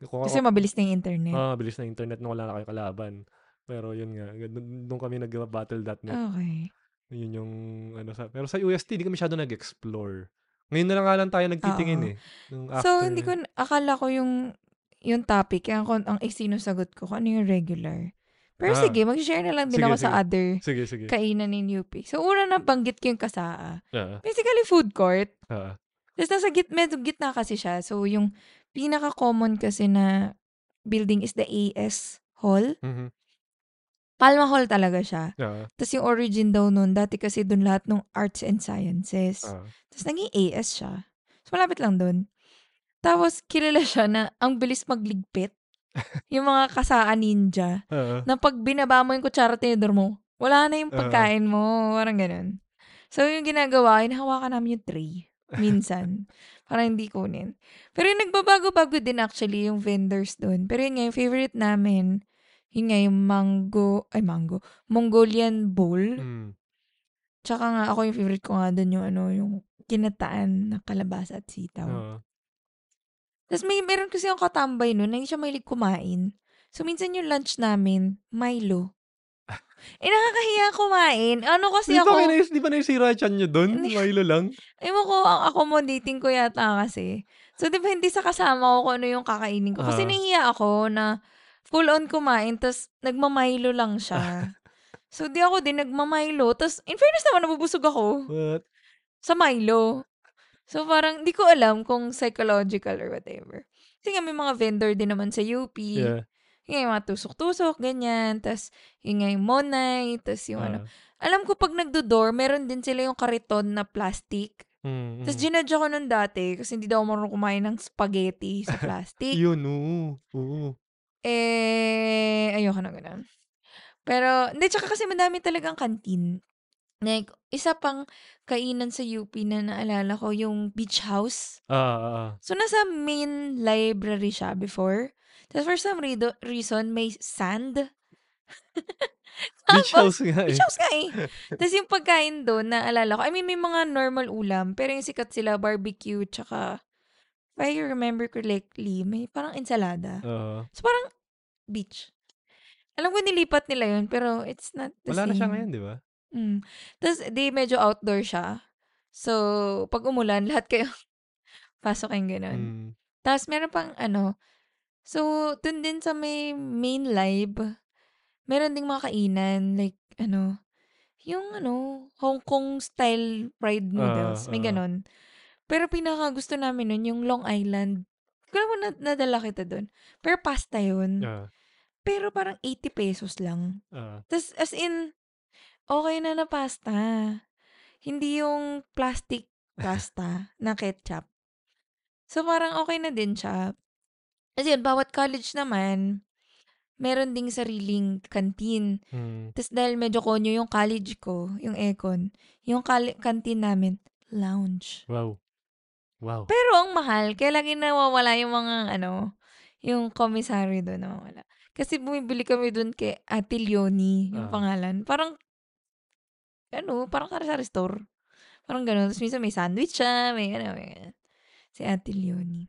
Kung,
Kasi mabilis na yung internet.
Ah, bilis na internet nung wala na kayo kalaban. Pero yun nga, ganun- nung kami
Ah.
nag-battle.net,
Okay.
yun yung ano sa... Pero sa UST, hindi ka masyado nag-explore. Ngayon na lang nga lang tayo nagtitingin
Oo.
eh. Nung
So,
after-
hindi ko, n- akala ko yung, yung topic, ang, kon- ang isinusagot ko, kung ano yung regular. Pero
Ah.
sige, mag-share na lang din
Sige,
ako sa
sige.
other
Sige, sige.
kainan ni UP. So, una na banggit ko yung kasaa.
Ah,
Basically, food court.
ah,
Tapos nasa git, medyo gitna kasi siya. So, yung pinaka-common kasi na building is the AS Hall.
mhm,
Palma Hall talaga siya.
ah,
Tapos yung origin daw nun, dati kasi dun lahat ng arts and sciences.
ah,
Tapos naging AS siya. So, malapit lang dun. Tapos, kilala siya na ang bilis magligpit. yung mga kasaan ninja.
ah,
Na pag binaba mo yung kutsara tinidor mo, wala na yung
Ah.
pagkain mo. Parang ganun. So, yung ginagawa, hinahawakan namin yung tray. Minsan. para hindi kunin. Pero yung nagbabago-bago din actually yung vendors doon. Pero yun nga, yung favorite namin, yun nga yung mango, ay mango, Mongolian bowl.
mm,
Tsaka nga, ako yung favorite ko nga doon yung ano, yung kinataan na kalabasa at sitaw.
ah,
Tapos may meron kasi yung katambay noon na hindi siya mahilig kumain. So minsan yung lunch namin, Milo. eh nakakahiya kumain. Ano kasi
Di ba,
ako,
may nais- di ba naisira chan nyo dun?
Hindi.
Milo lang?
ewan ko, ang accommodating ko yata kasi. So di ba hindi sa kasama ko kung ano yung kakainin ko. Kasi
Ah.
nahiya ako na full on kumain, tapos nagmamilo lang siya. so di ako din nagmamilo. Tapos in fairness naman, nabubusog ako.
What?
sa Milo. So parang di ko alam kung psychological or whatever. Kasi nga may mga vendor din naman sa UP.
Yeah.
Yung nga yung mga tusok-tusok, ganyan. Tapos yung nga yung monay, tapos yung ano.
ah,
Alam ko pag nagdo-door, meron din sila yung kariton na plastic.
mm,
Tapos
mm.
ginadya ko nun dati kasi hindi daw ako marunong kumain ng spaghetti sa plastic.
Yun, oo. oo.
eh, ayoko na ganun. Pero, hindi, tsaka kasi madami talagang kantin. Like, isa pang kainan sa UP na naalala ko, yung beach house.
Ah, ah, ah.
So, nasa main library siya before. Tapos for some redo- reason, may sand.
Beach house nga eh.
Beach house nga eh. Tapos yung pagkain doon, naalala ko. I mean, may mga normal ulam, pero yung sikat sila, barbecue, tsaka, if I remember correctly, may parang ensalada.
Oo.
So, parang beach. Alam ko nilipat nila yun, pero it's not the
wala na
same.
siya ngayon, di ba?
Mm. Tapos, di medyo outdoor siya. So, pag umulan, lahat kayo pasok kayong ganun.
Mm.
Tapos, meron pang ano, so, dun din sa may main live, meron ding mga kainan, like, ano, yung ano, Hong Kong style fried noodles, may
ah.
ganun. Pero pinaka gusto namin nun, yung Long Island. Hindi ko alam kung na- nadala kita dun. Pero pasta yun.
Ah,
Pero parang 80 pesos lang.
ah.
Tapos as in, okay na na pasta. Hindi yung plastic pasta na ketchup. So parang okay na din siya. Kasi yun, bawat college naman, meron ding sariling canteen.
Mm.
Tapos dahil medyo konyo yung college ko, yung econ, yung kal- canteen namin, lounge.
Wow. Wow.
Pero ang mahal, kaya lagi nawawala yung mga ano, yung commissary doon nawawala. Kasi bumibili kami doon kay Ate Leonie, yung
Ah.
pangalan. Parang, ano, parang karasari store. Parang gano'n. Tapos minsan may sandwich siya, may ano, may ganyan. Si Ate Leonie.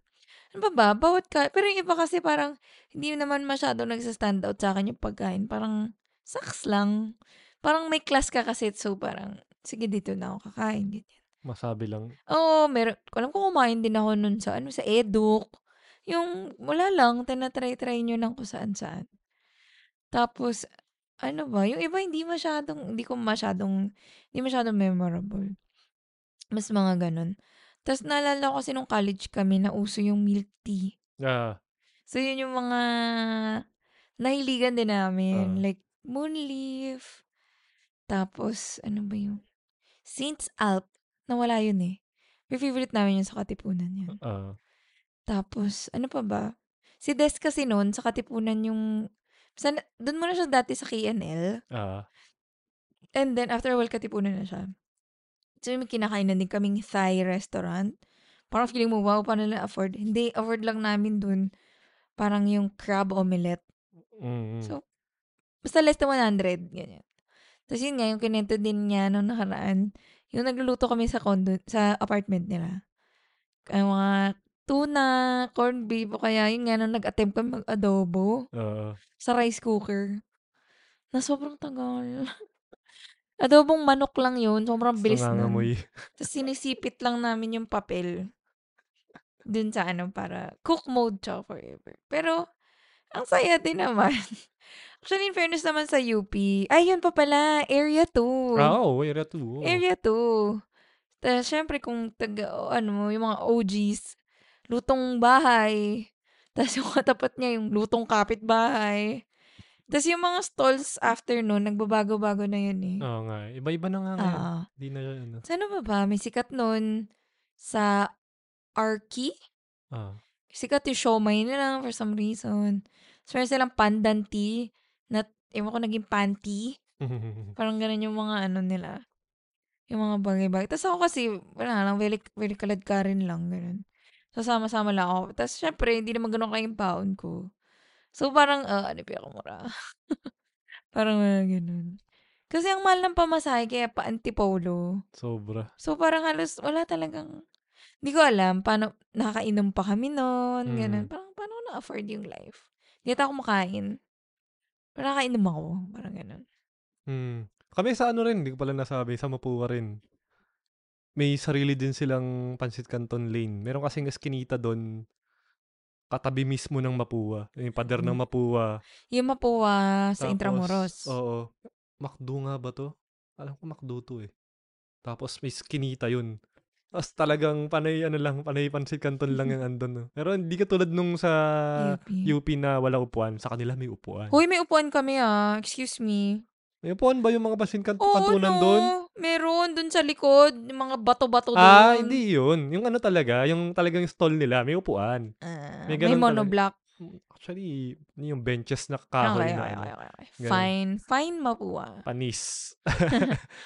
Ano pa ba? Bawat ka. Pero yung iba kasi parang hindi naman masyado nagsa-stand out sa akin yung pagkain. Parang saks lang. Parang may class ka kasi so parang sige dito na ako kakain. Ganyan.
Masabi lang.
Oo, meron. Alam ko kumain din ako nun sa, ano, sa eduk. Yung, wala lang, tinatry-try nyo lang kung saan-saan. Tapos, ano ba, yung iba hindi masyadong, hindi ko masyadong, hindi masyadong memorable. Mas mga ganun. Tapos naalala ko kasi nung college kami, nauso yung milk tea.
Ah,
So, yun yung mga nahiligan din
Ah.
namin. Like, Moonleaf. Tapos, ano ba yung? Saints Alp. Nawala yun
Hmm.
eh. May favorite namin yun sa Katipunan yun.
ah.
Tapos, ano pa ba? Si Des kasi noon, sa Katipunan yung... Sa, doon muna siya dati sa KNL.
Ah,
And then, after a while, Katipunan na siya. So, may kinakainan din kaming Thai restaurant. Parang feeling mo, wow, paano nila afford? Hindi, afford lang namin dun. Parang yung crab omelette.
mm,
So, basta less than 100, ganyan. Tapos yun nga, yung kinento din niya nung nakaraan, yung nagluluto kami sa condo, sa apartment nila. Kaya mga tuna, corned beef, o kaya yun nga, nung nag-attempt kami mag-adobo
ah,
sa rice cooker. Na sobrang tagal. Adobong manok lang yun. Sobrang bilis
so
nun.
nangangamoy.
Tapos sinisipit lang namin yung papel dun sa ano para cook mode siya forever. Pero, ang saya din naman. Actually, in fairness naman sa UP. Ay, yun pa pala. Area 2.
Ah, oh, area 2. Oh.
Area 2. Tapos, syempre, kung taga, o, ano mo, yung mga OGs, lutong bahay. Tapos, yung katapat niya, yung lutong kapitbahay. Tapos, yung mga stalls after nun, nagbabago-bago na yun eh.
Oo nga. Iba-iba na nga
Ah,
ngayon.
ah.
Hindi na yun. ano.
Saan ba ba? May sikat nun sa Arki.
Ah,
Sikat yung siomay nila for some reason. So, meron silang pandan tea na, ewan ko, naging panty. Parang ganun yung mga ano nila. Yung mga bagay-bagay. Tapos ako kasi, wala lang, very, very kalad ka rin lang, ganun. So, sama-sama lang ako. Tapos, syempre, hindi naman ganun kayong pound ko. So, parang, ah, ano pa ako mura. parang mga ganun. Kasi ang mahal ng pamasahe, kaya pa antipolo.
sobra.
So, parang halos wala talagang... Hindi ko alam paano nakakainom pa kami noon, ganun.
Mm.
Parang paano ko na-afford yung life? Hindi ata ako makain. Pero nakakainom ako, parang ganun.
Hmm. Kami sa ano rin, hindi ko pala nasabi, sa Mapua rin. May sarili din silang Pansit Canton Lane. Meron kasing eskinita doon, katabi mismo ng Mapua. Yung pader
Hmm.
ng Mapua.
Yung mapuwa
Tapos,
sa
oh,
Intramuros.
Oo. Makdo nga ba to? Alam ko Makdo to eh. Tapos may skinita yun. Tapos talagang panay, ano lang, panay pansit canton lang yung andon. No? Pero hindi ka tulad nung sa
UP.
UP na wala upuan. Sa kanila may upuan.
Uy, may upuan kami ah. Excuse me.
May upuan ba yung mga pansit canton
Oo,
kantunan
no.
doon?
Meron, dun sa likod. Yung mga bato-bato doon.
Ah, hindi yun. Yung ano talaga, yung talagang stall nila, may upuan.
Ah,
May
may,
ganun talaga.
monoblock.
Actually, yung benches na
Okay,
kahoy
okay,
na
okay,
ano.
okay, okay.
Ganun.
Fine. Fine mapuwa.
panis.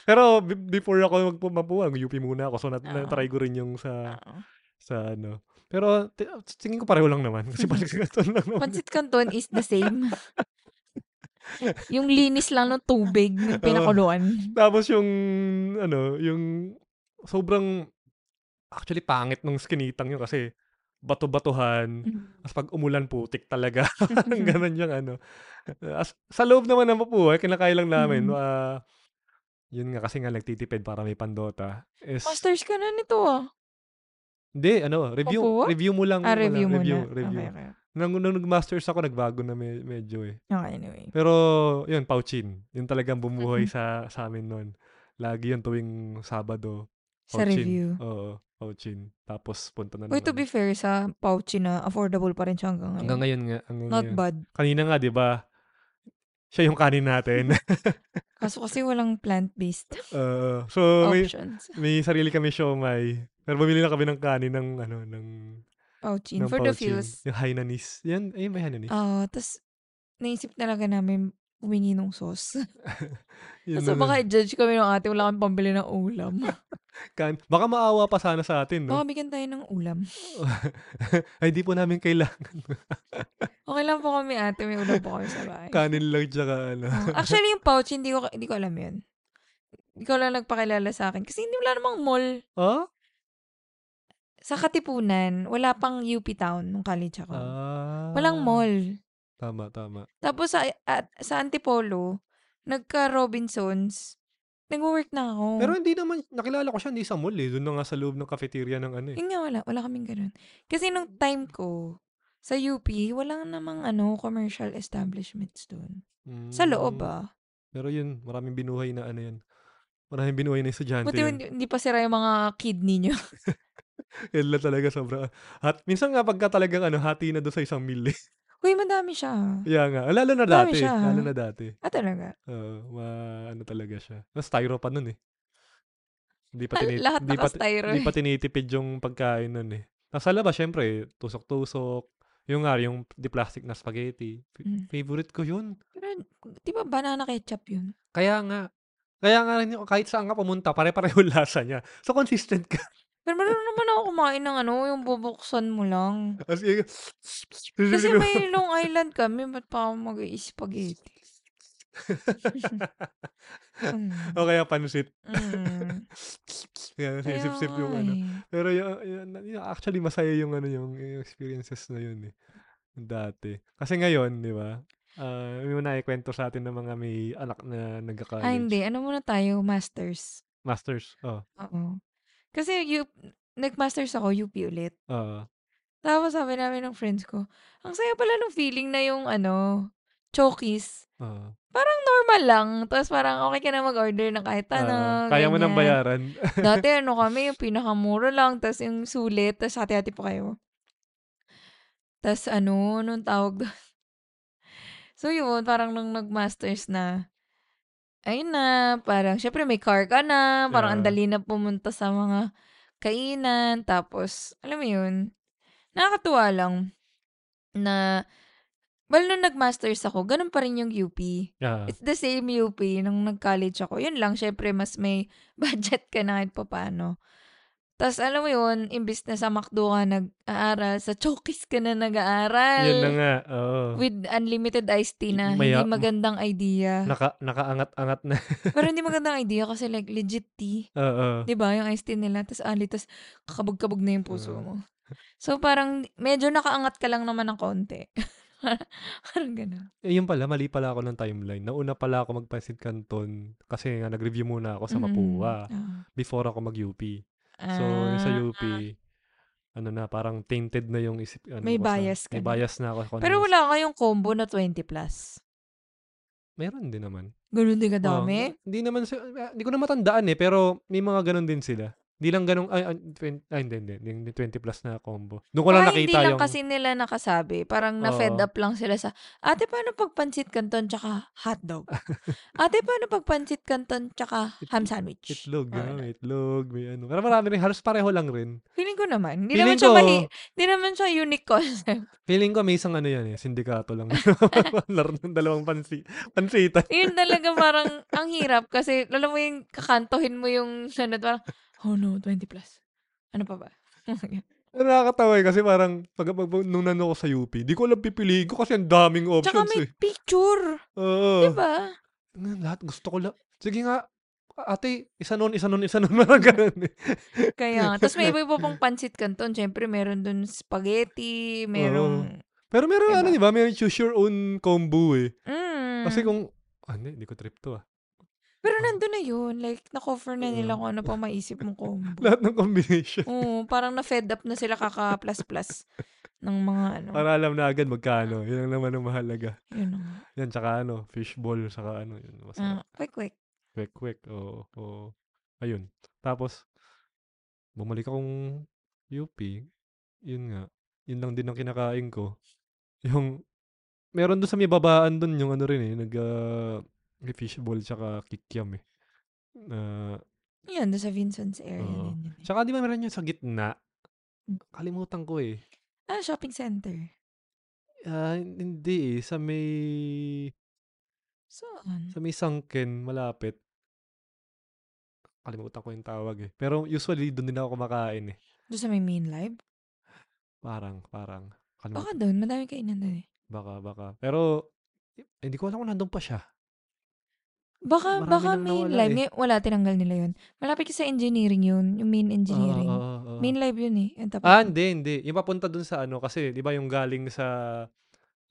Pero be- before ako magpumapuan, UP muna ako. So, nat-
Oo.
natry ko rin yung sa,
Ah.
sa ano. Pero, ti- tingin ko pareho lang naman. Kasi balik sa ganito lang naman.
Pancit Canton is the same. yung linis lang ng tubig ng pinakuluan.
Tapos yung, ano, yung sobrang, actually pangit nung skinitang yun kasi
Mm.
bato-batuhan. As pag umulan, putik talaga. Parang ganun yung ano. As, sa loob naman ng Mapua, kinakaya lang namin.
Mm.
ah, yun nga kasi nga nagtitipid para may pandota. Is,
Masters ka na nito ah.
Hindi, ano, review.
Mapua?
Review mo lang.
Ah,
wala,
review muna.
Review,
Okay,
review.
okay.
Nung, nung nag-masters ako, nagbago na me- medyo eh.
Okay, anyway.
Pero, yun, Pauchin. Yun talagang bumuhay
Mm-hmm.
sa, sa amin noon. Lagi yun tuwing Sabado.
Sa
Pauchin.
review.
Oo, Pauchin. Tapos, punta na ng
Wait, to
ano.
be fair, sa pouchy na affordable pa rin siya hanggang ngayon.
Hanggang ngayon nga. Hanggang
Not
ngayon.
bad.
Kanina nga, di ba? Siya yung kanin natin.
Kaso kasi walang plant-based
Oo. so, may,
options.
may sarili kami siomay. Pero bumili na kami ng kanin ng, ano, ng,
Pouchin
ng
for the
Pauchin.
feels.
Yung Hainanese. Yan, ayun ba Hainanese?
Ah, tas naisip talaga namin humingi ng sauce.
Yun
so
na
baka
lang.
i-judge kami ng ate, wala kami pambili ng ulam.
Kan- baka maawa pa sana sa atin, no?
Baka bigyan tayo ng ulam.
Ay, di po namin kailangan.
Okay lang po kami ate, may ulam po kami sa bahay.
Kanin lang tsaka ano.
Oo. actually, yung pouch, hindi ko, hindi ko alam yun. Ikaw lang nagpakilala sa akin. Kasi hindi wala namang mall.
Oh?
Sa Katipunan, wala pang UP Town nung college ako.
Ah.
Walang mall.
Tama, tama.
Tapos sa, at, sa Antipolo, nagka-Robinsons. Nag-work na ako.
Pero hindi naman, nakilala ko siya, hindi sa mall eh. Doon na nga sa loob ng cafeteria ng ano eh.
yun nga, wala. Wala kaming ganun. Kasi nung time ko, sa UP, wala namang ano, commercial establishments doon. Sa loob
Mm,
ah.
Pero yun, maraming binuhay na ano yan. Maraming binuhay na estudyante
Buti
yun.
hindi, hindi pa sira yung mga kidney nyo.
Yan lang talaga sobra. At minsan nga pagka talagang ano, hati na doon sa isang mili.
Uy, madami siya. ah.
Yan nga. Lalo na
Marami
dati.
siya.
Lalo na dati.
Ah, talaga.
Oo, ma, ano talaga siya. Mas styro pa nun eh. Hindi pa,
Al-
tini-
lahat
hindi pa,
naka-styro
hindi
eh.
pa tinitipid yung pagkain nun eh. Nasa labas, syempre, tusok-tusok, Yung nga, yung di plastic na spaghetti. F-
Mm.
Favorite ko yun.
Pero, di ba banana ketchup yun?
Kaya nga, kaya nga rin yun, kahit saan ka pumunta, pare-pareho yung lasa niya. So, consistent ka.
Pero meron naman ako kumain ng ano, yung bubuksan mo lang.
As in,
Kasi may Long Island kami, ba't pa ako mag-spaghetti? Mm.
o kaya pansit.
Mm.
Yan,
Kaya
sip-sip yung
nga
ano.
eh.
Pero yung, yun, yun- actually, masaya yung ano yung, yung experiences na yun eh. Dati. Kasi ngayon, di ba? ah may mga naikwento sa atin ng mga may anak na nagka-college.
Ah, hindi. Ano muna tayo? Masters.
Masters. Oh.
Oo. Kasi you, nag-masters ako, UP ulit.
ah
Tapos sabi namin ng friends ko, ang saya pala nung feeling na yung ano, chokis.
ah.
Normal lang. Tapos parang okay ka na mag-order ng kahit
Ah,
ano.
kaya mo nang
ganyan.
bayaran.
Dati ano kami, yung pinakamura lang, tapos yung sulit, tapos hati-hati po kayo. Tapos ano, anong tawag doon? so yun, parang nung nag-masters na, ayun na, parang syempre may car ka na, parang ang
Yeah.
dali na pumunta sa mga kainan, tapos alam mo yun, nakakatuwa lang na, well, nung nag-masters ako, ganun pa rin yung UP.
Ah,
It's the same UP nung nag-college ako. Yun lang, syempre, mas may budget ka na kahit paano. Tapos alam mo yun, imbis na sa McDo ka nag-aaral, sa Chokis ka na nag-aaral.
yun na nga. Oo.
With unlimited iced tea na
Maya-
hindi magandang idea.
Naka, nakaangat-angat na.
Pero hindi magandang idea kasi like legit tea.
Oo.
'Di ba Yung iced tea nila, tapos ali, tapos kakabog-kabog na yung puso
Mm.
mo. So parang medyo nakaangat ka lang naman ng konti. parang ganun.
Eh, yun pala, mali pala ako ng timeline. Nauna pala ako magpansit canton kasi nga nag-review muna ako sa
Mm.
Mapua
Oo.
before ako mag-UP. So, yung sa
Ah.
UP, ano na, parang tainted na yung isip. Ano,
May
ko sa-
bias ka
May
na.
bias na ako. sa kanila.
Pero wala kayong combo na 20 plus.
Meron din naman.
Ganun din
Oo.
kadami?
Hindi naman, si- ah, hindi ko na matandaan eh, pero may mga ganun din sila. Hindi lang ganun, ay, ay, 20, ay hindi, hindi, hindi, 20 plus na combo. Doon ko lang
Baka Ah, hindi
nakita
lang
yung,
kasi nila nakasabi. Parang na-fed
Oo.
up lang sila sa, ate, paano pag pancit canton tsaka hotdog? ate, paano pag pancit canton tsaka ham sandwich?
itlog,
Mga
ah,
ganun.
may itlog, may ano. Pero marami rin, halos pareho lang rin.
Feeling ko naman. Hindi
Feeling
naman siya
ko-
mali. Hindi naman siya unique concept.
Feeling ko may isang ano yan eh, sindikato lang. Laro ng dalawang pansi, pansitan.
Yun talaga parang ang hirap kasi alam mo yung kakantohin mo yung ano, parang, oh no, 20 plus. Ano pa ba?
Nakakatawa eh, kasi parang pag, pag, pag- nung nano ko sa UP, di ko alam pipiliin ko kasi ang daming
tsaka
options
may
eh. Oh.
picture.
Oo.
Diba?
Ano, Lahat gusto ko lang. Sige nga, ate, isa nun, isa nun, isa nun, parang ganun eh.
Kaya, tapos may iba pa pang pancit canton. Siyempre, meron dun spaghetti, merong...
Pero meron
Diba?
ano, di ba? Meron choose your own combo eh.
Mm.
Kasi kung, ah, hindi, hindi ko trip to ah.
Pero nandun na yun. Like, na-cover na
Oo.
nila kung ano pa maisip mo combo.
Lahat ng combination.
Oo, parang na-fed up na sila kaka-plus-plus ng mga ano.
Para alam na agad magkano. Yun ang naman ang mahalaga.
Yun na nga.
Yan, tsaka ano, fishball, tsaka ano, yun, masarap.
Ah, quick, quick.
Quick, quick. Oo, oo. Ayun. Tapos, bumalik akong UP. Yun nga. Yun lang din ang kinakain ko. Yung, meron doon sa may babaan doon yung ano rin eh, nag, ah, may fishball tsaka kikiam eh. Na,
Yan, doon sa Vincent's area
Oo.
din yun. eh.
tsaka di ba meron yun sa gitna?
Mm.
Kalimutan ko eh.
Ah, shopping center.
Ah, hindi eh. Sa may,
Saan?
sa may sangkin, malapit. Kalimutan ko yung tawag eh. Pero usually doon din ako kumakain eh.
Doon sa may main live?
Parang, parang. Kalimutan.
Baka doon, madami kainan doon eh.
Baka, baka. Pero, eh, hindi ko alam kung nandun pa siya.
Baka,
Marami
baka
nang
main
nawala
live.
eh.
Ngay- Wala, tinanggal nila yun. Malapit kasi sa engineering yun. Yung main engineering.
Oo, oo, oo.
Main live yun eh. Yung tapat
Ah,
nun.
hindi, hindi. Yung papunta dun sa ano, kasi, di ba yung galing sa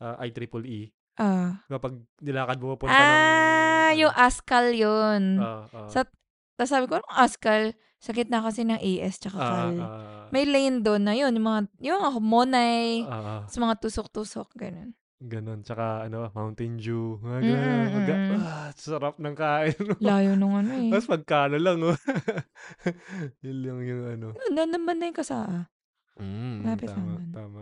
ah, IEEE,
Ah.
di ba pag nilakad mo papunta
Ah,
ng...
yung ASCAL yun.
ano. ah, ah,
sa Tapos sabi ko, anong ASCAL? Sa gitna kasi ng AS tsaka
ah,
CAL.
ah,
May lane doon na yun. Yung mga, yung mga monay,
ah, ah,
sa mga tusok-tusok, ganun.
ganun. Tsaka, ano, Mountain Dew. Mga
Mm,
ganun.
mm,
Mga-
mm, mm.
ah, sarap ng kain.
Layo nung ano eh.
Tapos magkano lang, oh. Yun lang yung ano.
Ano, Nandun ba na yung kasaa?
Mm,
Malapit lang
tama,
nun.
tama.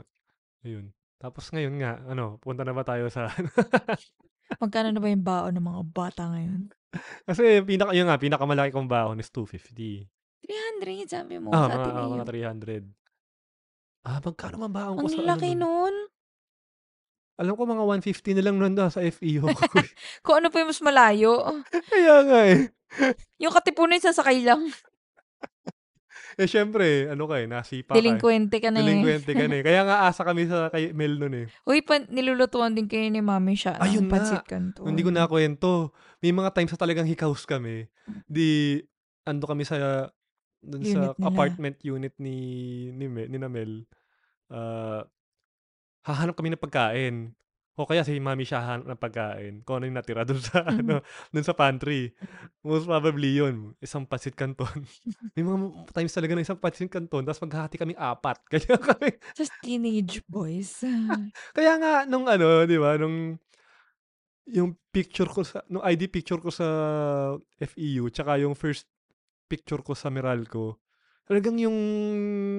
Ayun. Tapos ngayon nga, ano, punta na ba tayo sa
Magkano na ba yung baon ng mga bata ngayon?
Kasi pinaka yun nga, pinakamalaki kong baon is 250.
300, sabi mo.
Ah,
Oh, sa
mga,
atin
ah,
eh.
mga 300. Ah, magkano man baon ko
Ang
sa ano
laki
nun?
nun.
Alam ko mga 150 na lang nun daw sa FEO ko. eh.
Kung ano pa yung mas malayo.
Kaya nga eh.
Yung katipunan sa sakay lang.
Eh syempre, ano ka eh, nasipa ka eh.
Delinquente ka na eh.
Delinquente ka na eh. Kaya nga asa kami sa kay Mel nun eh.
Uy, pan- nilulutuan din kayo ni mami siya. ng
Ayun na.
Pancit canton.
Nung Hindi ko nakwento. May mga times na talagang hikaus kami. Di, ando kami sa, dun sa
Unit nila.
apartment unit ni, ni, Me- ni Namel. Ah, hahanap kami ng pagkain. O kaya si mami siya hahanap ng pagkain. Kung ano yung natira dun sa,
Mhm.
ano, dun sa pantry. Most probably yun. Isang pancit canton. May mga times talaga na isang pancit canton. Tapos maghahati kami apat. Kaya kami,
Just teenage boys.
kaya nga, nung ano, di ba, nung yung picture ko sa, nung ID picture ko sa FEU, tsaka yung first picture ko sa Meralco, talagang yung,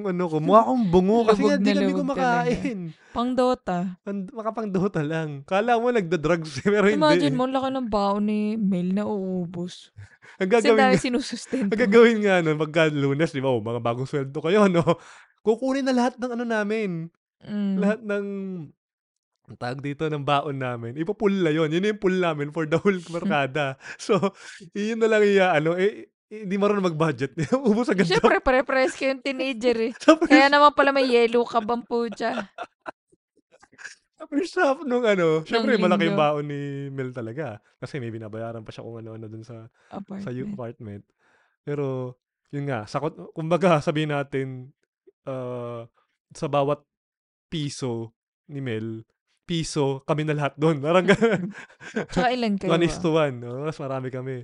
ano ko, mukha akong bungo kasi
Lubog
hindi
na
kami
lubog
kumakain.
Pang Dota.
And, makapangdota lang. Kala mo nagda-drugs pero hindi.
Imagine mo, ang laki ng baon ni Mel na uubos.
Ang
Kasi
gagawin,
dahil
nga-
sinusustento.
ang gagawin nga nun, pagka lunes, di ba, oh, mga bagong sweldo kayo, no? Kukunin na lahat ng ano namin.
Mm.
lahat ng ang tag dito ng baon namin, ipapull na yun. Yun na yung pull namin for the whole barkada. so, yun na lang iya, ano, eh, eh, hindi marunong mag-budget. Ubus agad daw.
Siyempre, pare-pares kayong teenager eh.
Sa first,
Kaya naman pala may yellow ka bang pucha.
sa first half nung ano, syempre
linggo.
malaki yung baon ni Mel talaga. Kasi may binabayaran pa siya kung ano-ano dun sa,
Apartment.
sa yung apartment. Pero, yun nga, sa, kumbaga, sabihin natin, uh, sa bawat piso ni Mel, piso, kami na lahat doon. Parang
Mm.
ganun.
Tsaka ilan kayo?
One is
ah?
to one. No? Mas marami kami.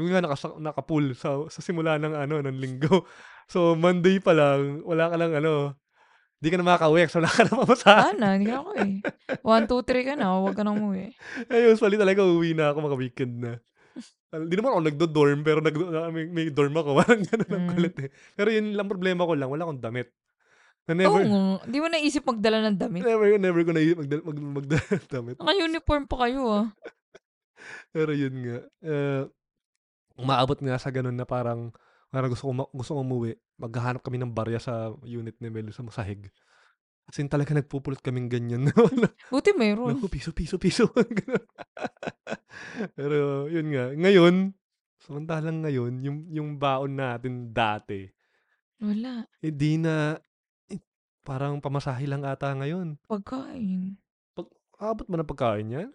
Yung nga nakasa- nakapool sa, sa simula ng ano, ng linggo. So, Monday pa lang, wala ka lang ano, di ka na makaka-wex, wala ka na mamasa.
Sana, hindi ako eh. One, two, three ka na. Huwag ka na umuwi.
Eh, usually talaga uwi na ako, mga-weekend na. Al- Di naman ako nagdo-dorm, pero nag, na- may, may dorm ako. Parang ganun ang
Mm.
kulit eh. Pero yun lang, problema ko lang, wala akong damit. Na
Oo
never,
nga. Di mo naisip magdala ng damit?
never, never ko na magdala mag, magdala ng damit.
Naka-uniform pa kayo ah.
Pero yun nga. eh umaabot nga sa ganun na parang, parang gusto ko, ma- gusto ko umuwi. Maghahanap kami ng barya sa unit ni Mel sa masahig. As in talaga nagpupulot kaming ganyan. Wala-
Buti meron.
Naku, piso, piso, piso. Ganun. Pero yun nga. Ngayon, samantalang ngayon, yung, yung baon natin dati,
Wala.
eh di na, eh, parang pamasahe lang ata ngayon.
Pagkain.
Abot ba ng pagkain yan?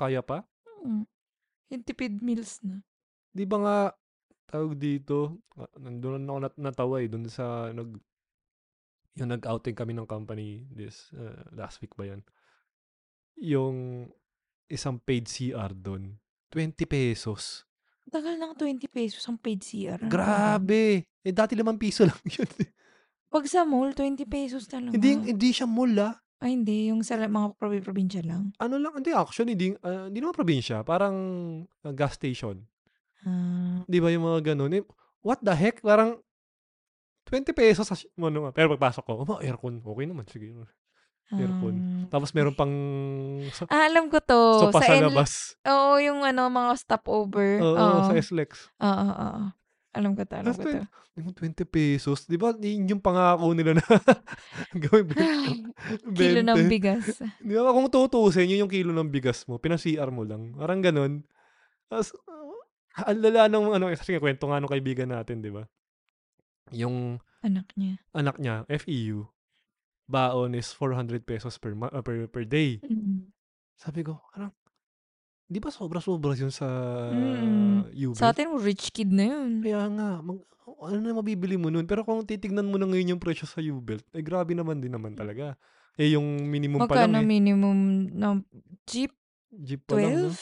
Kaya pa?
Mm. Yung tipid meals na.
di ba nga, tawag dito, ah, nandun ako nat- natawa eh, dun sa, nag, yung nag-outing kami ng company this, uh, last week ba yun? Yung isang paid CR dun, 20 pesos.
Tagal ng 20 pesos ang paid CR. Ano ba?
Grabe! Eh, dati limang piso lang yun.
Pag sa mall, 20 pesos talaga.
hindi, hindi siya mall ah.
Ay, hindi. Yung sa la- mga probi-probinsya lang.
Ano lang, hindi actually, hindi, ah, hindi naman probinsya. Parang ah, gas station.
Ah,
Di ba yung mga ganun? Eh, what the heck? Parang 20 pesos. sa sh- ano nga. Pero pagpasok ko, oh, aircon. Okay naman, sige. Aircon.
um,
Tapos meron pang sa,
ah, alam ko to.
sopa sa
N-
labas.
Oo, yung ano, mga stopover.
Oo,
Oo. Ah,
sa SLEX.
Oo, oo, oo. Alam ko to, alam
Tapos
ko to.
Yung 20 pesos. Di ba, yun yung pangako nila na gawin
Ay, Kilo ng bigas.
Di ba, kung tutusin, yun yung kilo ng bigas mo. Pina-CR mo lang. Parang ganun. Tapos, uh, ang lala ng, ano, kasi nga, kwento nga nung kaibigan natin, di ba? Yung
Anak niya.
anak niya, FEU, baon is 400 pesos per, ma- uh, per, per day.
Mm.
Sabi ko, parang, di ba sobra-sobra yun sa
Mm.
UB?
Sa atin, rich kid na yun.
Kaya nga, mag, ano na mabibili mo nun? Pero kung titignan mo na ngayon yung presyo sa U-belt, eh grabe naman din naman talaga. Eh yung minimum pa
Magkano
lang eh.
minimum ng jeep?
Jeep pa lang. No?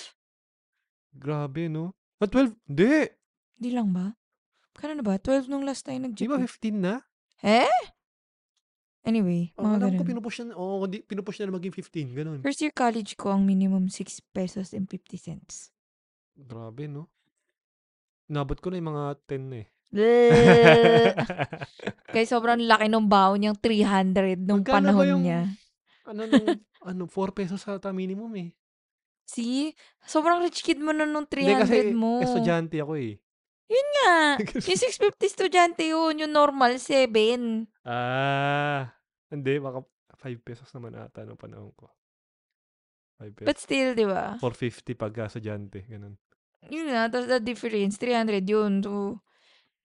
12?
Grabe no. Ah, 12? Hindi.
Di lang ba? Magkano na ba? 12 nung last time
Di
nag-jeep.
ba 15
eh.
na?
Eh? Anyway,
Oh,
mga
alam ko
ganun.
pinupush na, oo, hindi, pinupush na na maging 15. Ganun.
First year college ko, ang minimum 6 pesos and 50 cents.
Grabe no. Nabot ko na yung mga 10 na eh.
Bleh! Kaya sobrang laki nung baon niyang 300
Magkano
nung
ba
panahon
yung-
niya.
ano nung, ano, 4 pesos ata minimum eh.
See? Sobrang rich kid mo nun nung 300
Hindi, kasi
mo.
estudyante ako eh.
nga. Yung 650 estudyante yun, yung normal 7.
ah, hindi, baka 5 pesos naman ata nung panahon ko. Five pesos.
But still, di ba?
450 pag uh, estudyante, ganun.
Yun na, that's the difference. 300 yun. So,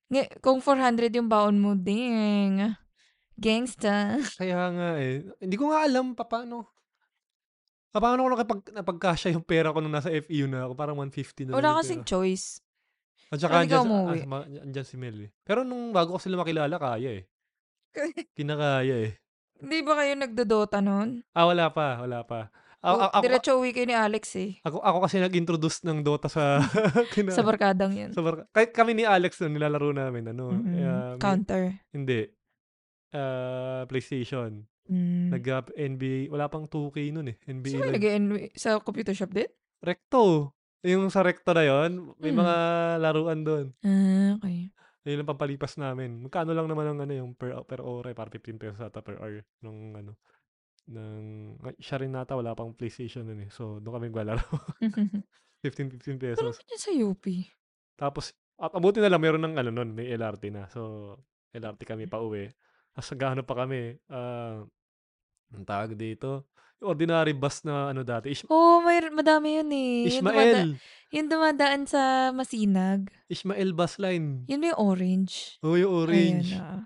nga- kung 400 yung baon mo, ding. Gangsta.
Kaya nga eh. Hindi ko nga alam pa paano. Pa, paano ko nakapag, napagkasya yung pera ko nung nasa FEU na ako. Parang 150 na. lang yung
Wala kasing
pera.
choice.
At saka
hindi ka
andyan,
umuwi.
ah, ma- andyan si Mel eh. Pero nung bago ko sila makilala, kaya eh. Kinakaya eh.
Hindi ba kayo nagdodota noon?
Ah, wala pa. Wala pa. Ah, ah,
Oh,
ako,
Diretso uwi kayo ni Alex eh.
ako, ako kasi nag-introduce ng Dota sa... kina,
Sa barkadang yun.
sa bar- kahit kami ni Alex nun, nilalaro namin. Ano,
Mm-mm.
um,
Counter.
Hindi. Ah, PlayStation.
Mm.
nag ah, NBA. Wala pang 2K nun eh. NBA
So, kayo
lang.
nag sa computer shop din?
Recto. Yung sa recto na yon, may
Mm.
mga laruan doon.
Ah, okay.
Yun ang pampalipas namin. Magkano lang naman ang ano yung per, per hour, eh, parang 15 pesos ata per hour nung ano ng ay, siya rin nata wala pang PlayStation nun eh. So, doon kami naglalaro.
Ano
15 15
ba
pesos.
yun sa UP?
Tapos at abuti na lang meron ng ano nun, may LRT na. So, LRT kami
Mm.
pa uwi. Tapos naghahanap pa kami. Ah, ang tawag dito. Yung ordinary bus na ano dati. Ish-
Oo, oh, may, madami yun eh. Yung dumada-
Ishmael.
yung dumadaan sa Masinag.
Ishmael bus line.
Yun may orange.
Oh, yung orange.
Ayun, oo.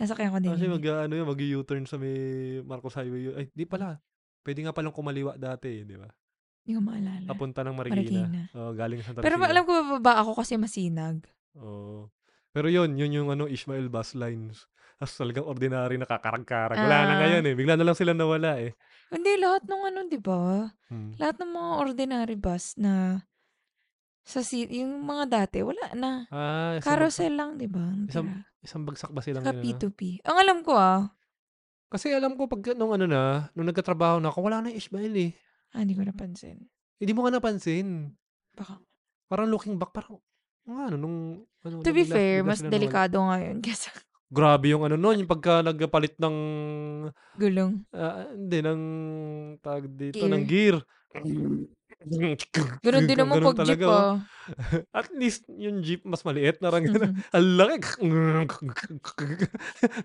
Nasakyan ko din.
Kasi
yun
mag, ano yun, mag-U-turn sa may Marcos Highway. yun. Ay, di pala. Pwede nga palang kumaliwa dati, eh, di ba?
eh. Hindi ko maalala.
Papunta ng Marikina.
Marikina.
Oo, galing sa Santa
Pero
Lucila.
alam ko bababa ako kasi Masinag.
Oo. Pero yun, yun yung ano, Ishmael bus lines. Tapos talagang ordinary nakakarag-karag. Wala na
Ah.
ngayon eh. Bigla na lang sila nawala eh.
Hindi, lahat ng ano, di ba?
Hmm.
Lahat ng mga ordinary bus na sa si yung mga dati, wala na.
Ah, isang, bagsak-
Carousel lang, di ba? ang
isang-
tira?
isang bagsak ba silang
Saka
yun? ano?
P2P. Ang alam ko ah,
Kasi alam ko pag nung ano na, nung nagkatrabaho na ako, wala na yung Ishmael eh.
ah, hindi ko napansin.
Hindi mo nga napansin.
Baka.
Parang looking back, parang, ano, nung, ano,
To be
bigla-
fair,
bigla
mas
sila nawala.
delikado ngayon kaysa
Grabe yung ano nun, yung pagka nagpalit ng,
gulong.
ah, hindi, ng, tag dito,
Gear.
ng gear.
Ganun din naman pag jeep
talaga, oh.
ah.
At least yung jeep mas maliit na lang ganun.
Mhm.
Ang laki.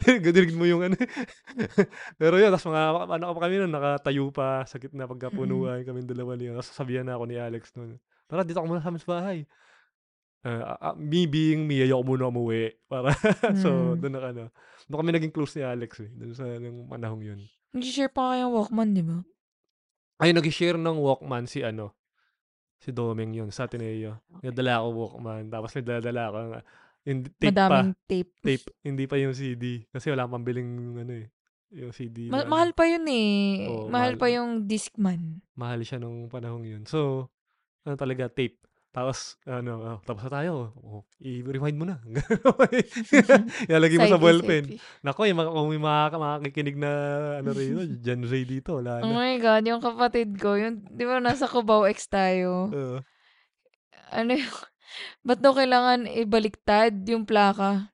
Dinig mo yung ano. Pero yun, tapos mga ano pa kami nun, nakatayo pa sa gitna pagkapunuan kami dalawa niyo. Tapos sabihan na ako ni Alex nun. Tara, dito ako muna sa amin sa bahay. Ah, ah, me being me, ayoko muna umuwi. Para, so,
Mm.
doon na ano. Doon kami naging close ni Alex eh. Doon sa nung panahong yun.
Nag-share pa kayang Walkman, di ba?
Ay, nag-share ng Walkman si ano, si Doming yun, sa Ateneo. May dala ako Walkman, tapos may dala ako ng hindi, tape
Madaming
pa,
tape.
tape, hindi pa yung CD. Kasi wala pang biling, ano eh, yung CD.
Ma-
na- ano,
mahal pa yun eh.
Oo,
mahal,
mahal.
pa yung Discman.
mahal siya nung panahong yun. So, ano talaga, tape. Tapos, ano, oh, tapos na tayo. Oh, i-rewind mo na. Ilalagay mo sa
Side
ballpen.
to side.
Nako, yung mga, kung may mga makakikinig na, ano rito, Gen Z dito, wala
Oh
na.
my God, yung kapatid ko, yung, di ba nasa Cubao X tayo?
Oo.
Ano yung, ba't daw kailangan ibaliktad yung plaka?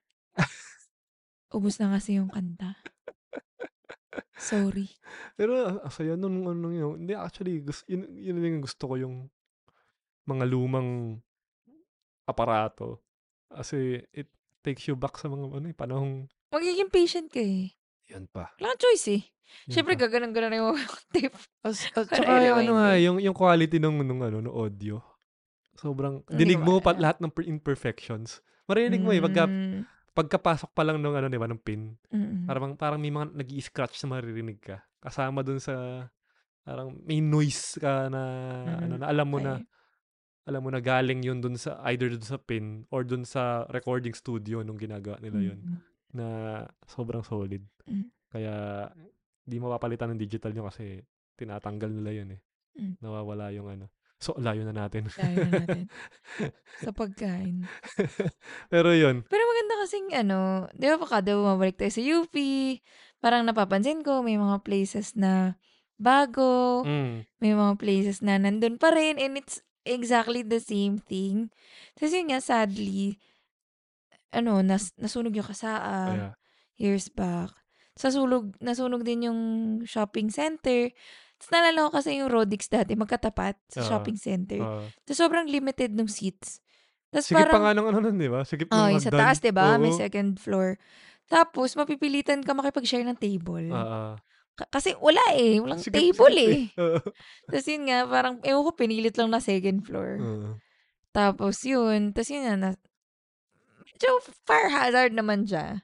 Ubus na kasi yung kanta. Sorry.
Pero ah, saya nun, ano yun. Hindi, actually, gusto, yun, yun lang yung gusto ko yung mga lumang aparato. Kasi it takes you back sa mga ano, eh, panahong
Magiging patient ka eh.
yun pa.
Wala kang choice eh.
Yun
Siyempre,
pa.
gaganan na yung tape.
As, at
Para
saka yung, ano
i-rewind
nga,
eh.
yung, yung quality ng nung, ano, nung audio. Sobrang,
Hindi
dinig mo
ko
pa,
maalala.
lahat ng per- imperfections. Marinig mo eh, pagka,
Mm,
pagkapasok pa lang ng, ano, diba, ng pin.
mm.
Parang, parang may mga nag scratch na maririnig ka. Kasama dun sa, parang may noise ka na, ano,
Mm,
na alam mo na,
Ay,
alam mo na galing yun dun sa either dun sa pin or dun sa recording studio nung ginagawa nila yun
mm,
na sobrang solid.
Mm.
Kaya di mapapalitan ng digital yun kasi tinatanggal nila yun eh.
Mm.
Nawawala yung ano. So layo na natin.
layo na natin. Sa pagkain.
Pero yun.
Pero maganda kasing ano, di ba baka daw mabalik tayo sa UP, parang napapansin ko may mga places na bago,
Mm.
may mga places na nandun pa rin and it's exactly the same thing. Tapos yun nga, sadly, ano, nas, nasunog yung kasaa
Kaya,
years back. Sa sulog, nasunog din yung shopping center. Tapos nalala ko kasi yung Rodix dati, magkatapat sa
Ah,
shopping center.
ah.
Tapos sobrang limited ng seats. Tapos
Sige pa nga ng ano nun, di ba? Sige pa
Oh,
ng
yung sa
hagdan.
taas, 'di ba? May
Oo.
second floor. Tapos mapipilitan ka makipag-share ng table.
Ah, ah.
Ka- Kasi wala eh. Walang
Sigip-
table
sigip
eh.
Oo.
Tapos yun nga, parang, ewan ko, pinilit lang na second floor.
Oo.
Tapos yun, tapos yun nga, na, medyo fire hazard naman siya.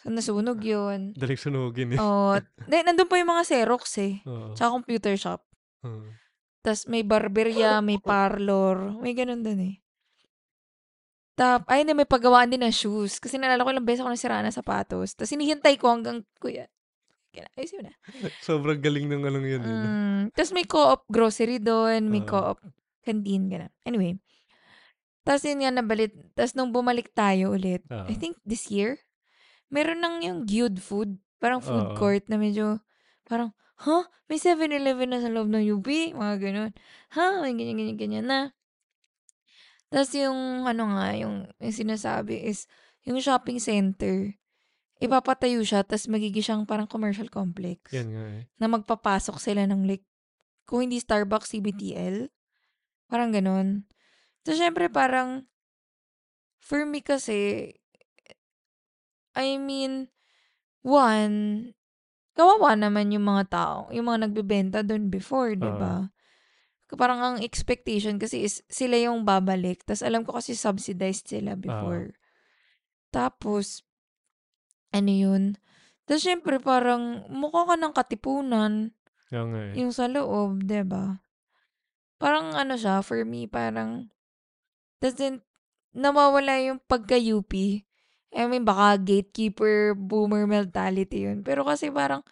So, nasunog yun.
Daling sunugin eh.
Oh, de, nandun pa yung mga Xerox eh.
Oo.
Tsaka computer shop.
Oo.
Tapos may barberya, may parlor, may ganun dun eh. Tap, ay, na may paggawaan din ng shoes. Kasi nalala ko ilang beses ako nasiraan ng sapatos. Tapos hinihintay ko hanggang, kuya, ayusin mo na.
Sobrang galing ng anong yun. eh, no?
Mm. Tapos may co-op grocery doon, may
Oo.
co-op canteen, gano'n. Anyway. Tapos yun nga nabalit. Tapos nung bumalik tayo ulit,
Oo.
I think this year, meron nang yung guild food. Parang
Oo.
food court na medyo, parang, huh? May 7-Eleven na sa loob ng UP? Mga gano'n. Huh? May ganyan, ganyan, ganyan na. Tapos yung, ano nga, yung, yung sinasabi is, yung shopping center, ipapatayo siya, tapos magiging siyang parang commercial complex
Yan nga eh.
na magpapasok sila ng like, kung hindi Starbucks, CBTL. Parang ganun. So, syempre, parang, for me kasi, I mean, one, kawawa naman yung mga tao, yung mga nagbebenta doon before, di ba? Parang ang expectation kasi is sila yung babalik. Tapos alam ko kasi subsidized sila before. Tapos, ano yun? Tapos syempre parang mukha ka ng katipunan
Yan nga eh.
yung sa loob, 'di ba? Parang ano siya, for me, parang doesn't nawawala yung pagka-UP. I mean, baka gatekeeper, boomer mentality yun. Pero kasi parang,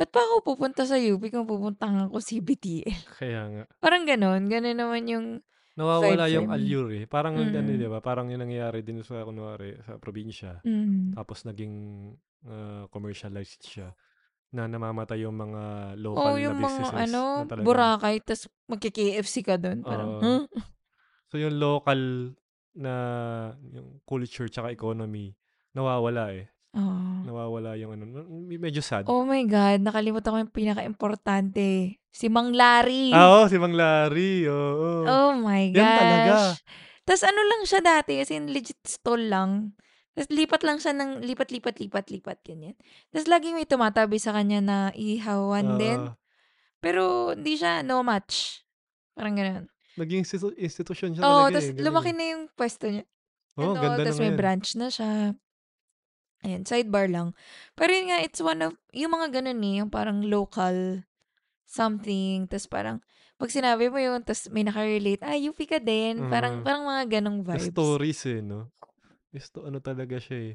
ba't pa ako pupunta sa UP kung pupunta ako CBTL?
Kaya nga.
Parang ganon. Ganon naman yung,
Nawawala
for
yung
me.
allure eh. Parang mm. ano,
Mm.
di ba? Parang yung nangyayari din sa, kunwari, sa probinsya.
mm,
Tapos naging ah, commercialized siya na namamatay yung mga local
oh, yung
na businesses.
mga ano,
na talagang-
Boracay, tas magki-KFC ka doon. Parang,
Oo.
huh?
So yung local na yung culture tsaka economy nawawala eh.
Oo.
Nawawala yung ano. na- me- Medyo sad.
Hmm. Oh my God, nakalimutan ko yung pinaka-importante. Si Mang Larry.
Ah, oo, si Mang Larry. Oo.
Oh my
Yan Mm. talaga.
gosh. Tapos ano lang siya dati, as in legit stall lang. Tapos lipat lang siya ng lipat-lipat, lipat-lipat, ganyan. Tapos laging may tumatabi sa kanya na
Oo.
ihawan din. Pero hindi siya no match. Parang ganun.
Naging institu- institution siya
Oo,
talaga. eh,
tapos
ganun
Oh, lumaki
eh.
na yung pwesto niya.
Oo,
ano,
ganda na
tapos may
ngayon.
branch na siya. Ayan, sidebar lang. Pero yun nga, it's one of, yung mga ganun eh, yung parang local something, tapos parang, pag sinabi mo yun, tapos may nakarelate, ah, UP ka din, parang,
Mm.
parang mga ganong
The
vibes.
stories eh, no? Isto, ano talaga siya eh.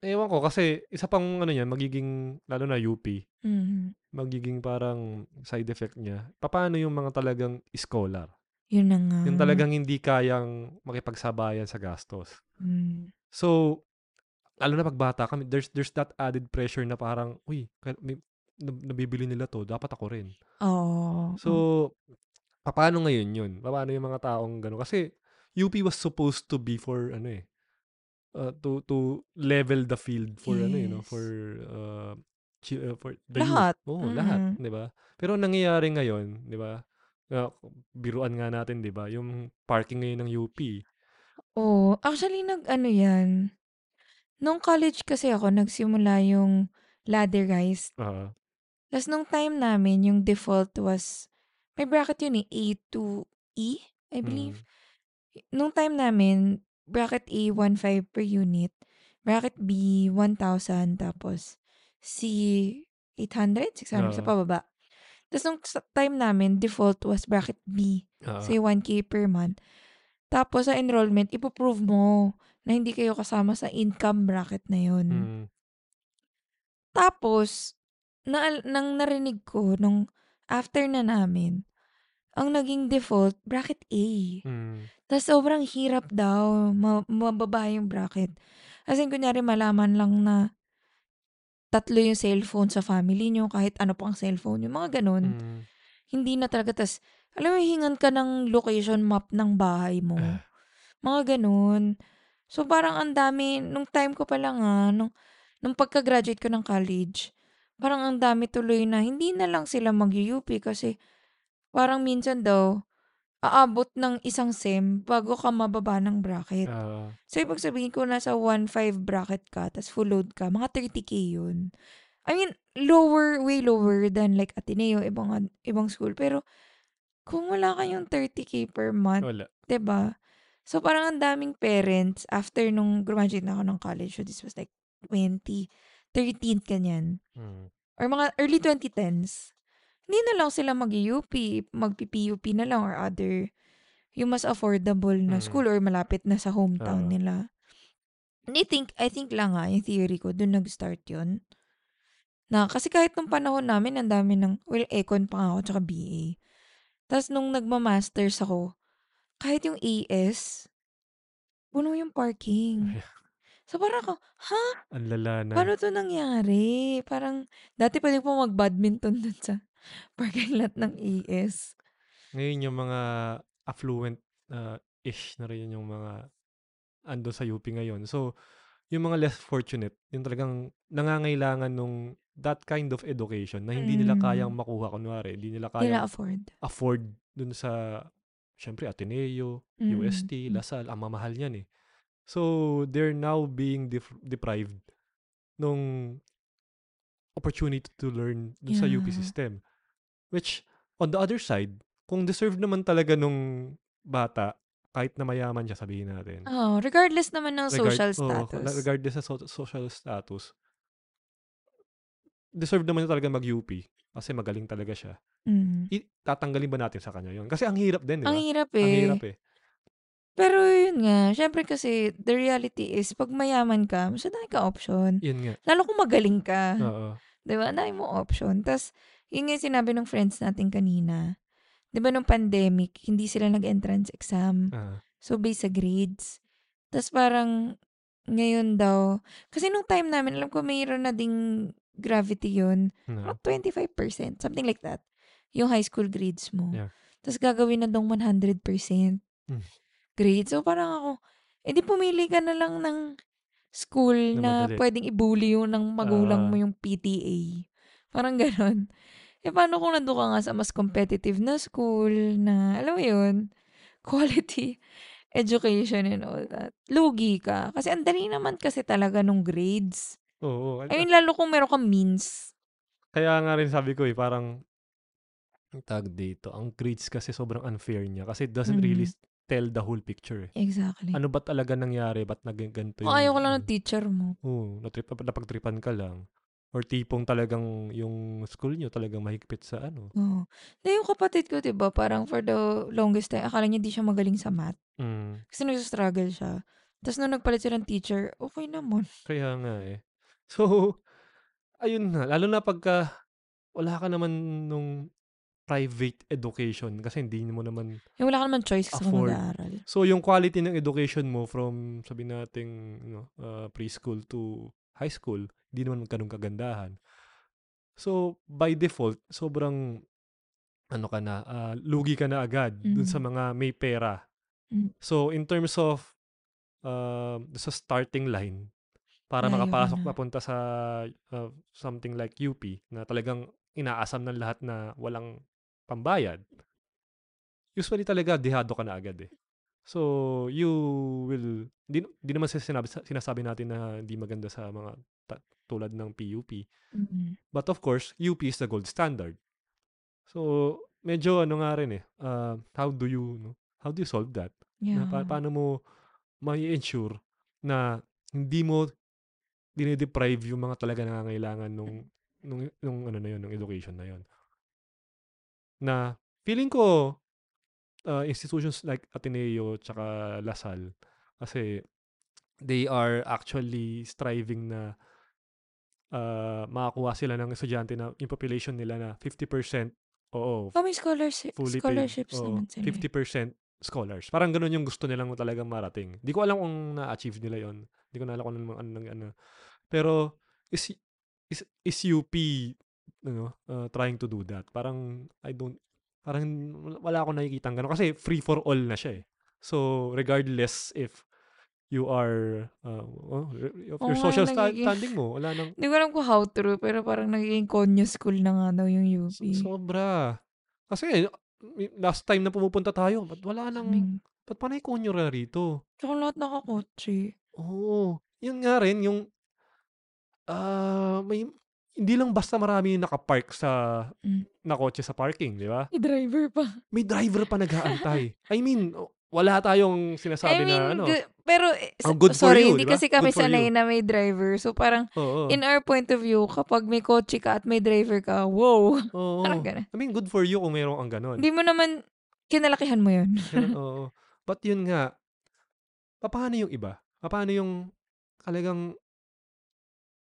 Ewan ko kasi isa pang ano yan, magiging, lalo na UP,
Mhm.
magiging parang side effect niya. Paano yung mga talagang scholar?
Yun na nga.
Yung talagang hindi kayang makipagsabayan sa gastos.
Mm.
So, lalo na pagbata kami, there's there's that added pressure na parang, uy, kaya- may, nab- nabibili nila to, dapat ako rin.
Oo.
So, paano ngayon yun? Paano yung mga taong gano'n? Kasi, UP was supposed to be for, ano eh, uh, to to level the field for ano eh, no?
Yes.
for uh, chi- uh, for the
Lahat.
youth. Oo, lahat,
Mm-mm.
'di ba? Pero ang nangyayari ngayon, 'di ba? Uh, biruan nga natin, 'di ba? Yung parking ngayon ng UP.
Oo. Actually, nag, ano yan, nung college kasi ako, nagsimula yung ladder guys.
ah
Tapos nung time namin, yung default was, may bracket yun eh, A to E, I believe.
mm,
nung time namin, bracket A, 1.5 per unit. Bracket B, 1,000. Tapos C, 800, 600
Oo.
sa pababa. Tapos nung sa- time namin, default was bracket B.
ah,
Say 1K per month. Tapos sa enrollment, ipoprove mo na hindi kayo kasama sa income bracket na yun.
mm,
Tapos, na, nang narinig ko nung after na namin, ang naging default, bracket A.
mm,
Tapos sobrang hirap daw, ma- mababa yung bracket. As in, kunyari malaman lang na tatlo yung cellphone sa family nyo, kahit ano pang cellphone yung mga ganun.
mm.
Hindi na talaga, tas alam mo, hingan ka ng location map ng bahay mo.
Ah.
Mga ganun. So parang ang dami, nung time ko pala nga, nung, nung pagka-graduate ko ng college, parang ang dami tuloy na hindi na lang sila mag-UP kasi parang minsan daw, aabot ng isang SEM bago ka mababa ng bracket.
ah,
So, ibig sabihin ko nasa 1.5 bracket ka, tas full load ka, mga 30k yun. I mean, lower, way lower than like Ateneo, ibang, ad- ibang school. Pero, kung wala kayong 30k per month,
Wala.
'di ba? So parang ang daming parents after nung graduate na ako ng college, so this was like 20, 13 kanyan.
Mm.
Or mga early 2010s. Hindi na lang sila mag-UP, magpi-PUP na lang or other yung mas affordable na
Mm.
school or malapit na sa hometown
Oo.
nila. And I think, I think lang ha, yung theory ko, dun nag-start yun. Na, kasi kahit nung panahon namin, ang dami ng, well, econ pa nga ako, tsaka BA. Tapos nung nagma-masters ako, kahit yung AS, puno yung parking. So parang ako, ha?
Ang lala na.
Paano to nangyari? Parang, dati pwede po mag-badminton dun sa parking lot ng E AS.
Ngayon yung mga affluent na ish na rin yung mga ando sa UP ngayon. So, yung mga less fortunate, yung talagang nangangailangan nung that kind of education na hindi nila
Mm.
kayang makuha kunwari, hindi nila
Hindi
kayang
na afford.
afford dun sa syempre Ateneo,
Mm.
UST, Lasal, ang mamahal niyan eh. So, they're now being def- deprived nung opportunity to learn dun sa UP
Yeah.
system. Which, on the other side, kung deserve naman talaga nung bata, kahit na mayaman siya, sabihin natin.
Oh, regardless naman ng
Regard-
social
oo, la-
status.
regardless sa so- social status, deserve naman niya talaga mag-UP kasi magaling talaga siya.
Mm.
I- tatanggalin ba natin sa kanya yun? Kasi ang hirap din, di ba?
Ang hirap eh.
Ang hirap eh.
Pero yun nga, syempre kasi the reality is, pag mayaman ka, mas dahil ka option.
Yun nga.
Lalo kung magaling ka.
Oo.
Diba? Ang dami mong option. Tapos, yun nga yung sinabi ng friends natin kanina. Diba nung pandemic, hindi sila nag-entrance exam.
Ah.
So, based sa grades. Tapos parang, ngayon daw, kasi nung time namin, alam ko mayroon na ding gravity yun.
no.
About 25%, something like that. Yung high school grades mo.
Yeah.
Tapos gagawin na daw 100%
Mm.
grade. So parang ako, edi pumili ka na lang ng school
Na
na,
madali.
pwedeng ibully yung ng magulang
Ah.
mo yung PTA. Parang ganon. E paano kung nandun ka nga sa mas competitive na school na, alam mo yun, quality education and all that. Lugi ka. Kasi ang dali naman kasi talaga nung grades.
Oo.
I mean, lalo kung meron kang means.
Kaya nga rin sabi ko eh, parang ang tag dito. Ang grades kasi sobrang unfair niya kasi it doesn't really
Mhm.
s- tell the whole picture eh.
Exactly.
Ano ba talaga nangyari? Ba't naging ganito
Kung ayaw ka lang
ano?
ng teacher mo.
Oo, natrip, napagtripan ka lang. Or tipong talagang yung school nyo talagang mahigpit sa ano.
Oo. Na yung kapatid ko, di ba, parang for the longest time, akala niya di siya magaling sa math.
Mm,
Kasi nagsistruggle siya. Tapos nung nagpalit siya ng teacher, okay naman.
kaya nga eh. So, ayun na. Lalo na pagka wala ka naman nung private education kasi hindi mo naman
Eh, wala ka naman choice kasi
Afford.
mag-aaral.
So, yung quality ng education mo from, sabi nating, you know, uh, preschool to high school, hindi naman ganun kagandahan. So, by default, sobrang, ano ka na, ah, lugi ka na agad dun sa
Mm.
mga may pera.
Mm.
So, in terms of, um, sa starting line, para
Layo ka
makapasok
na.
papunta sa uh, something like UP, na talagang inaasam ng lahat na walang pambayad, usually talaga dehado ka na agad eh. So, you will, di, di naman sa sinabi, sa- sinasabi natin na hindi maganda sa mga ta- tulad ng PUP.
Mm.
But of course, UP is the gold standard. So, medyo ano nga rin eh, uh, how do you, no? how do you solve that?
Yeah.
Na, pa- paano mo may ensure na hindi mo dinedeprive yung mga talaga nangangailangan nung, nung, nung ano na yun, nung education na yun. Na feeling ko, uh, institutions like Ateneo tsaka Lasal kasi they are actually striving na uh, makakuha sila ng estudyante na yung population nila na 50% oo,
Oh, may scholarship,
fully paid.
scholarships
oo,
naman sila. eh.
50% scholars. Parang ganun yung gusto nilang talagang marating. Hindi ko alam kung na-achieve nila yon. Hindi ko na alam kung ano, ano, ano. Pero is is, is UP ano, uh, trying to do that. Parang I don't parang wala- wala akong nakikitang ganun kasi free for all na siya eh. So regardless if you are uh, oh, re- of
Oo
your
nga,
social sta-
nagiging-
standing mo, wala nang
Hindi ko alam kung how true, pero parang naging konyo school na nga daw yung UP.
so- sobra. Kasi y- last time na pumupunta tayo, ba't wala nang,
Kaming-
ba't panay konyo na rito?
Tsaka lahat nakakotse.
Oo. Yun nga rin, yung, ah, may, hindi lang basta marami yung nakapark sa,
Mm.
na kotse sa parking, di ba?
I-driver pa.
May driver pa nag-aantay. I mean, o- wala tayong sinasabi
I mean,
na ano.
gu- pero, eh, s-
Ang good for
sorry,
you,
hindi
di ba?
kasi kami
Good for
sanay
you.
na may driver. So, parang,
Oo.
in our point of view, kapag may kotse ka at may driver ka, wow.
oo.
Parang gano'n.
I mean, good for you kung mayroong ang ganun.
Hindi mo naman, kinalakihan mo yun.
Ganun, oo. But yun nga, paano yung iba? Paano yung talagang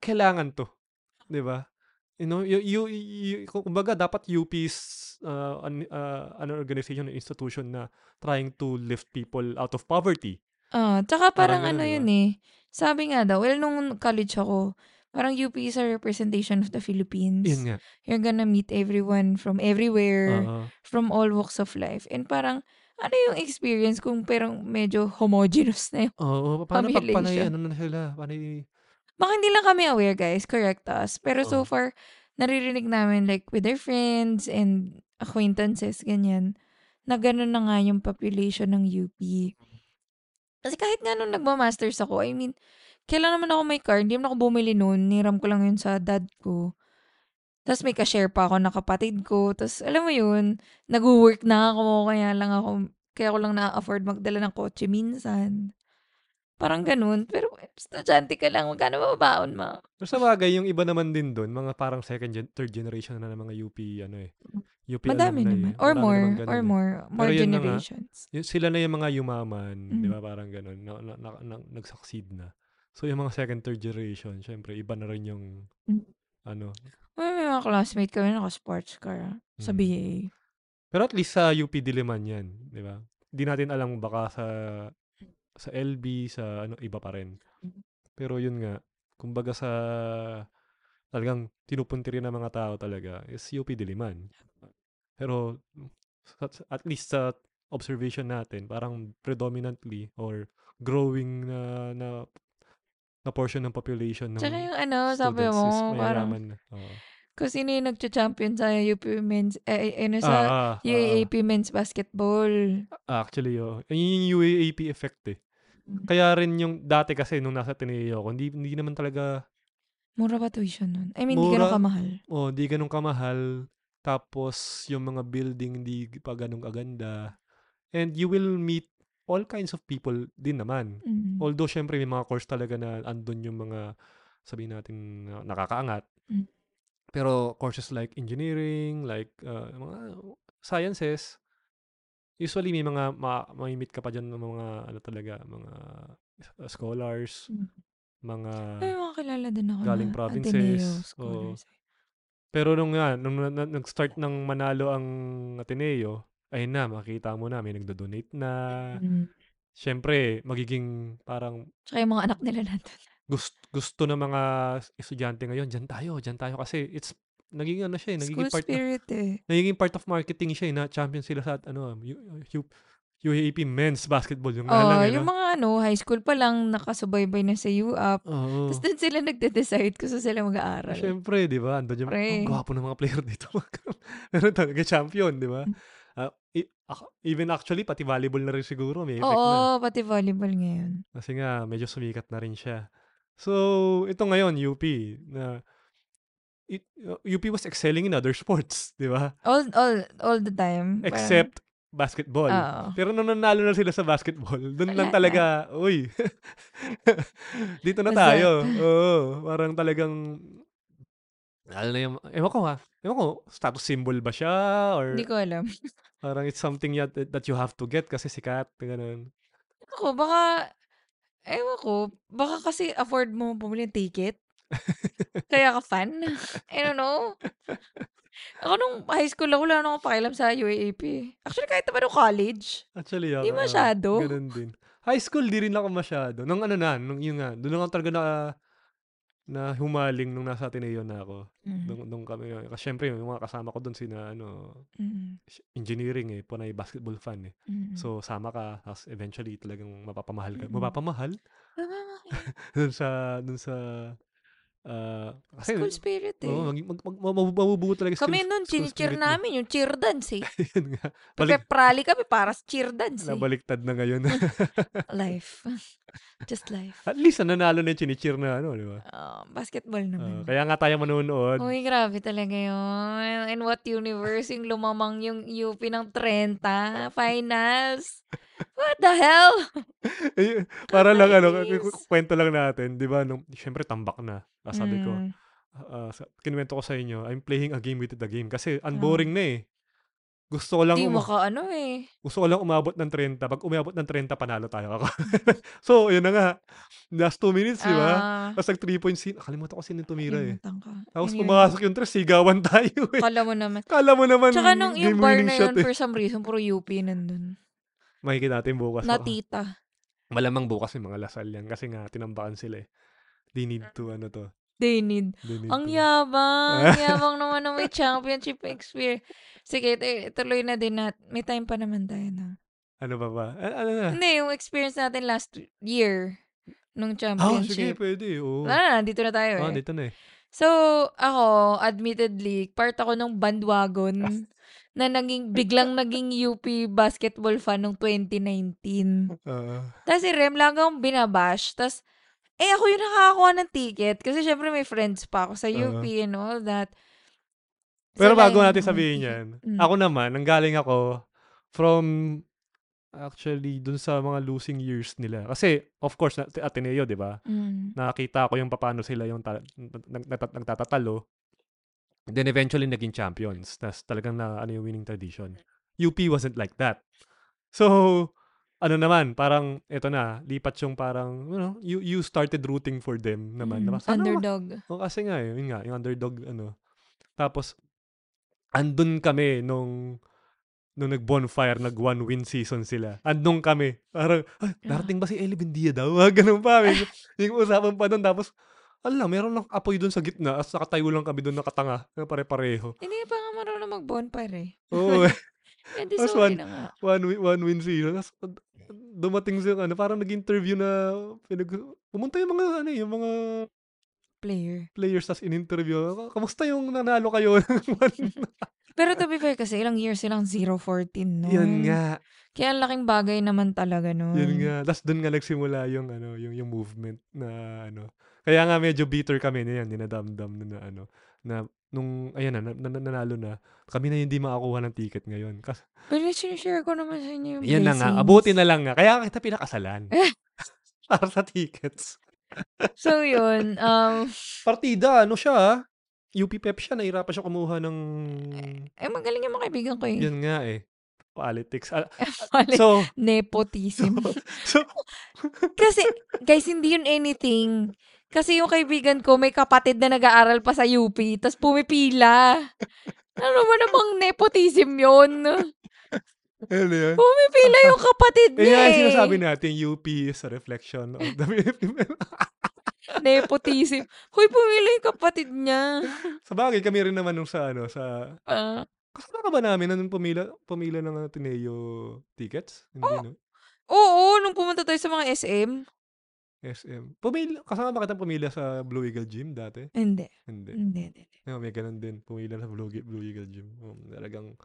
kailangan to? 'Di ba? You know, you, you, you- kung- kumbaga dapat UP's uh, an, uh, an organization, an institution na trying to lift people out of poverty.
Ah, tsaka
Parang ganun,
parang, ano
di ba?
yun eh. Sabi nga daw, well, nung college ako, parang UP is a representation of the Philippines.
Yun nga. Ah.
You're gonna meet everyone from everywhere,
Oo.
from all walks of life. And parang, ano yung experience kung parang medyo homogenous na yun?
Oo, paano pag panay,
Population.
ano na sila? Panay,
Baka hindi lang kami aware, guys. Correct us. Pero
Oo.
so far, naririnig namin like with their friends and acquaintances, ganyan, na ganun na nga yung population ng UP. Kasi kahit nga nung nagma-masters ako, I mean, kailan naman ako may car, hindi naman ako bumili noon. Niram ko lang yun sa dad ko. Tapos may ka-share pa ako na kapatid ko. Tapos alam mo yun, nag-work na ako, kaya lang ako, kaya ko lang na-afford magdala ng kotse minsan. Parang ganun. Pero eh, estudyante ka lang, magkano mababaon ma?
Pero sa bagay, yung iba naman din doon, mga parang second, gen- third generation na ng mga UP, ano eh. UP
Madami
alumni,
naman.
eh.
Or
Marami
more,
naman ganun
or
eh.
more. More
yun na nga.
generations.
Yun- sila na yung mga yumaman, di
Mm.
ba? Parang ganun, na, na, na- na- nag-succeed na. So, yung mga second, third generation, syempre, iba na rin yung,
Mm.
ano.
May, may mga classmate kami na sports car ah, sa
Mm.
BA.
Pero at least sa UP Diliman yan, di ba? Di natin alam baka sa, sa LB, sa ano, iba pa rin.
Mm.
Pero yun nga, kumbaga sa, talagang tinupunti rin ng mga tao talaga, is UP Diliman. Pero, sa- sa- at least sa observation natin, parang predominantly or growing na, na na portion ng population ng
Tsaka yung ano, sabi
students is
mo, parang,
mayayaman na. Oo.
kung sino yung nagcha-champion sa UP men's, eh, eh, ano sa
Ah, ah, ah,
UAAP men's basketball.
ah, actually, oo. Yun yung UAAP effect eh.
Mm.
Kaya rin yung dati kasi nung nasa Tineo ako, hindi, hindi naman talaga,
Mura ba tuition nun? I mean, hindi
Mura.
ganun kamahal.
oh, hindi ganun kamahal. Tapos yung mga building hindi pa ganun kaganda. And you will meet all kinds of people din naman.
Mm.
Although, syempre, may mga course talaga na andun yung mga, sabihin natin, na nakakaangat.
Mm.
Pero courses like engineering, like uh, mga sciences, usually may mga, ma- may meet ka pa dyan ng mga, ano talaga, mga uh, scholars,
Mm.
mga,
May mga kilala din ako
Galing
na
provinces,
Ateneo
oo.
scholars.
pero nung nga, nung na- na- nag-start ng Manalo ang Ateneo, ayun na, makita mo na, may nagdo-donate na.
Mm.
Syempre, magiging parang
Tsaka yung mga anak nila natin.
gusto, gusto ng mga s- estudyante ngayon, dyan tayo, dyan tayo. Kasi it's, naging ano siya eh, nagiging
School
part, na,
spirit eh.
nagiging part of marketing siya eh, na champion sila sa, ano, U- U- UAAP men's basketball, yung nga
Oo,
lang, eh,
yung
no?
mga ano, high school pa lang, nakasubaybay na sa UAP.
Oo.
Tapos doon sila nagde-decide kung saan sila
Oh. Ah,
mag-aaral.
Syempre, di ba? Andun yung,
Pre.
ang gwapo ng mga player dito. Meron talaga champion, di ba?
Mm.
Ah, i- ak- even actually, pati volleyball na rin siguro, may effect na.
Oo, pati volleyball ngayon.
Kasi nga, medyo sumikat na rin siya. So, ito ngayon, UP, na it, uh, UP was excelling in other sports, di ba?
All, all, all the time. Parang-
Except basketball.
Oo.
Pero nung nanalo na sila sa basketball, doon lang
Wala na.
talaga, uy, dito na
What's
tayo. Oo, parang talagang, alam na yung, ewan ko ha, ewan ko, status symbol ba siya? Or
Hindi ko alam.
parang it's something yet that you have to get kasi sikat, ganun.
Ako, baka, ewan ko, baka kasi afford mo bumili ng ticket. Kaya ka fan. I don't know. Ako nung high school ako, wala na akong pakialam sa UAAP. Actually, kahit naman nung college.
Actually, ako,
Di
oo,
masyado.
ganun din. High school, di rin ako masyado. Nung ano na, nung yun nga, doon ako talaga na, na humaling nung nasa Ateneo na ako.
Mm,
Nung, nung kami, kasi syempre, yung mga kasama ko doon sina, ano,
mm,
sh- engineering eh, panay basketball fan eh.
mm.
So, sama ka, tapos eventually talagang mapapamahal ka.
Mm.
Mapapamahal?
Ah,
dun sa, dun sa Ah, kasi,
School spirit eh.
oo, mag, mag, mag, mag- mabubuo talaga school-
Kami nun,
school
chinichir
spirit mo.
namin yung cheer dance eh.
Yun nga. Balik,
Peprali kami para sa cheer dance eh.
nabaliktad na ngayon.
Life. Just life.
At least, ah, nanalo na yung chinichir na ano, di ba?
Ah, basketball
Ah,
naman.
kaya nga tayo manonood.
Uy, grabe talaga yun. In what universe yung lumamang yung UP ng 30 finals? What the hell?
Eh, para lang ano,
Nice.
k- k- kwento lang natin, 'di ba? Nung syempre tambak na. Ah, sabi ko,
Mm.
ah, sa- kinuwento ko sa inyo, I'm playing a game within the game kasi
Ah.
ang boring na eh. Gusto ko lang
Di
uma-
maka ano eh.
gusto ko lang umabot ng 30. Pag umabot ng 30 panalo tayo ako. so, yun na nga. Last 2 minutes, 'di ba?
Ah,
Tapos nag 3 point scene. Kalimutan ko sino tumira eh.
kalimutan ko.
Tapos
Anyway,
pumasok yung 3, sigawan tayo eh.
Kala mo naman.
Kala mo naman
Tsaka nung yung
game
bar
winning
na
shot
yun,
eh.
for some reason, puro UP nandun.
Makikita natin bukas. baka.
Natita.
Malamang bukas yung mga lasal yan kasi nga tinambakan sila eh. They need to ano to.
They need.
They need
Ang
to-
yabang. Ang yabang naman ng may championship experience. Sige, t- tuloy na din nat. May time pa naman tayo na.
Ano ba ba? A- ano na?
Hindi, yung experience natin last year nung
Ah, sige,
championship.
pwede. Oo.
Wala na, nandito na tayo
Ah,
eh.
dito na eh.
So, ako, admittedly, part ako ng
Ah.
bandwagon na naging, biglang naging UP basketball fan nung 2019.
Ah,
Tapos si Rem lang akong binabash. Tapos, eh ako yung nakakakuha ng ticket kasi syempre may friends pa ako sa UP and all that.
Uh-huh. pero
So,
bago
kaya-
natin sabihin yan,
Mm.
ako naman, nanggaling ako from actually dun sa mga losing years nila. Kasi, of course, na- Ateneo, di ba?
Mm.
Nakakita ko yung paano sila yung ta- nag- nag- nagtatatalo. And then eventually naging champions. Tapos talagang na ano yung winning tradition. UP wasn't like that. So, ano naman, parang eto na, lipat yung parang, you know, you, you started rooting for them naman.
Mm.
Diba? Sana ma-
Underdog.
O kasi nga, eh, yun nga, yung underdog, ano. Tapos, andun kami nung, nung nag-bonfire, nag-one win season sila. Andun kami. Parang, ay, darating ba si Eli Buendia daw? Ah, Ganun pa. May, yung usapan pa doon. Tapos, ala, meron lang apoy doon sa gitna. As nakatayo lang kami doon nakatanga. na Pare-pareho.
Hindi pa nga marunong mag-bonfire eh.
Oo. eh.
Eh, di
Tapos one-
sorry na nga.
one, win, one win season. Tapos, ad- dumating sa ano, parang nag-interview na, pinag, pumunta yung mga, ano, eh, yung mga
Player.
players tas in-interview. Kamusta yung nanalo kayo ng one
Pero to be fair kasi, ilang years silang 014 no?
Yun nga.
Kaya ang laking bagay naman talaga nun.
Yun nga. Tapos doon nga nagsimula yung ano, yung yung movement na ano. Kaya nga medyo bitter kami na yan, dinadamdam na, na ano na nung ayan na, na, na- nanalo na kami na hindi makakuha ng ticket ngayon. Kas,
Pero sinishare ko naman sa inyo yung
yun na nga,
blessings.
abuti na lang nga. Kaya kita pinakasalan. Para sa tickets.
So yun, um,
Partida, ano siya? ah? UP Pep siya, nahirapan siya kumuha ng...
eh magaling yung mga kaibigan ko eh.
Yun nga eh. Politics. Ah,
Wala-
so,
Nepotism.
so,
Kasi, guys, hindi yun anything. Kasi yung kaibigan ko, may kapatid na nag-aaral pa sa UP, tapos pumipila. Ano ba namang nepotism yun?
ano yun?
Pumipila yung kapatid
Eh,
niya
yun
eh.
ang sinasabi natin, UP is a reflection of the Philippines.
Nepotism. Hoy, pumila yung kapatid niya.
sa bagay, kami rin naman nung sa ano, sa...
Ah.
Kasama ka ba namin na nung pumila, pumila ng Ateneo tickets? Hindi,
Oh!
no?
oo, nung pumunta tayo sa mga SM.
SM. Pumila, kasama ba kitang pumila sa Blue Eagle Gym dati?
Hindi.
Hindi.
Hindi, hindi. hindi.
No, may ganun din. Pumila sa Blue, Ge- Blue Eagle Gym. Um, talagang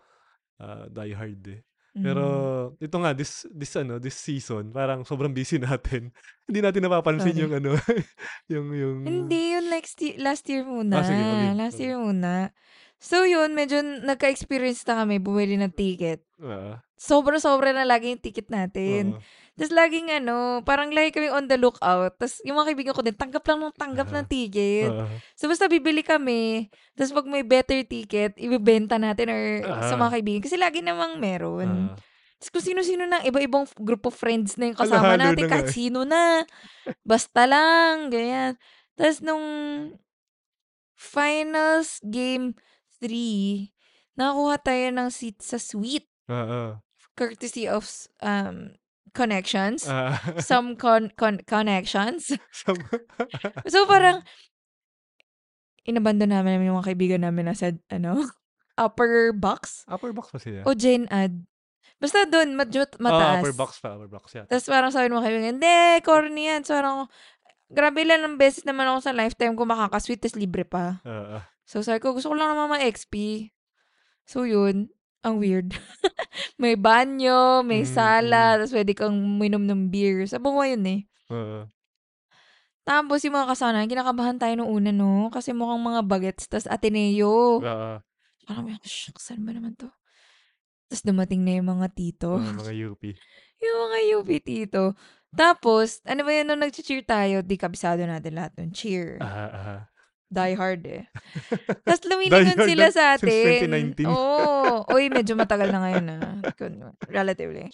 ah, die hard eh.
Mm.
Pero ito nga this this ano this season parang sobrang busy natin. Hindi natin napapansin
Sorry.
yung ano yung yung
Mm. Hindi, yun like sti- last year muna.
Ah, sige, okay,
Last
okay.
year muna. So yun, medyo nagka-experience na kami bumili ng ticket.
ah,
Sobra-sobra na lagi yung ticket natin.
oo.
Tapos laging ano, parang lagi kami on the lookout. Tapos yung mga kaibigan ko din, tanggap lang ng tanggap
Aha.
ng ticket.
Ah.
So basta bibili kami, tapos pag may better ticket, ibibenta natin or sa
Ah.
mga kaibigan. Kasi lagi namang meron.
Ah.
Tapos kung sino-sino na, iba-ibang f- group of friends na yung kasama
Halo-halo
natin,
na nga
kahit
eh.
sino na. Basta lang, ganyan. Tapos nung finals game 3, nakakuha tayo ng seat sa suite
Ah, ah.
courtesy of s- um, connections.
Ah.
some con, con- connections.
Some-
So parang, inabandon namin namin yung mga kaibigan namin na sa, ano, upper box
upper box pa sila.
o Jane Ad. Basta doon, medyo mataas.
upper Ah, box pa, upper box yan.
Tapmas parang sabi ng mga kaibigan, hindi, corny yan. So parang, ako, grabe lang ng beses naman ako sa lifetime ko makakasweet tas libre pa.
Oo.
So sabi ko, gusto ko lang naman ma-XP. So yun, ang weird. may banyo, may
Mm,
sala, tapos pwede kang minom ng beer. Sabong mo yun eh.
Oo.
Tapos yung mga kasanayan, kinakabahan tayo nung una no, kasi mukhang mga bagets, tapos Ateneo.
Oo.
Parang, may- shucks, saan ba naman to? Tapos dumating na yung mga tito.
Mga mga UP.
yung mga UP tito. Tapos, ano ba yun, nung nag-cheer tayo, di kabisado natin lahat ng cheer.
Aha, aha.
Die hard eh. Tapos
Die
lumilingon
hard
sila
na-
sa
since
atin.
2019.
Oo. Uy, medyo matagal na ngayon na. Relatively.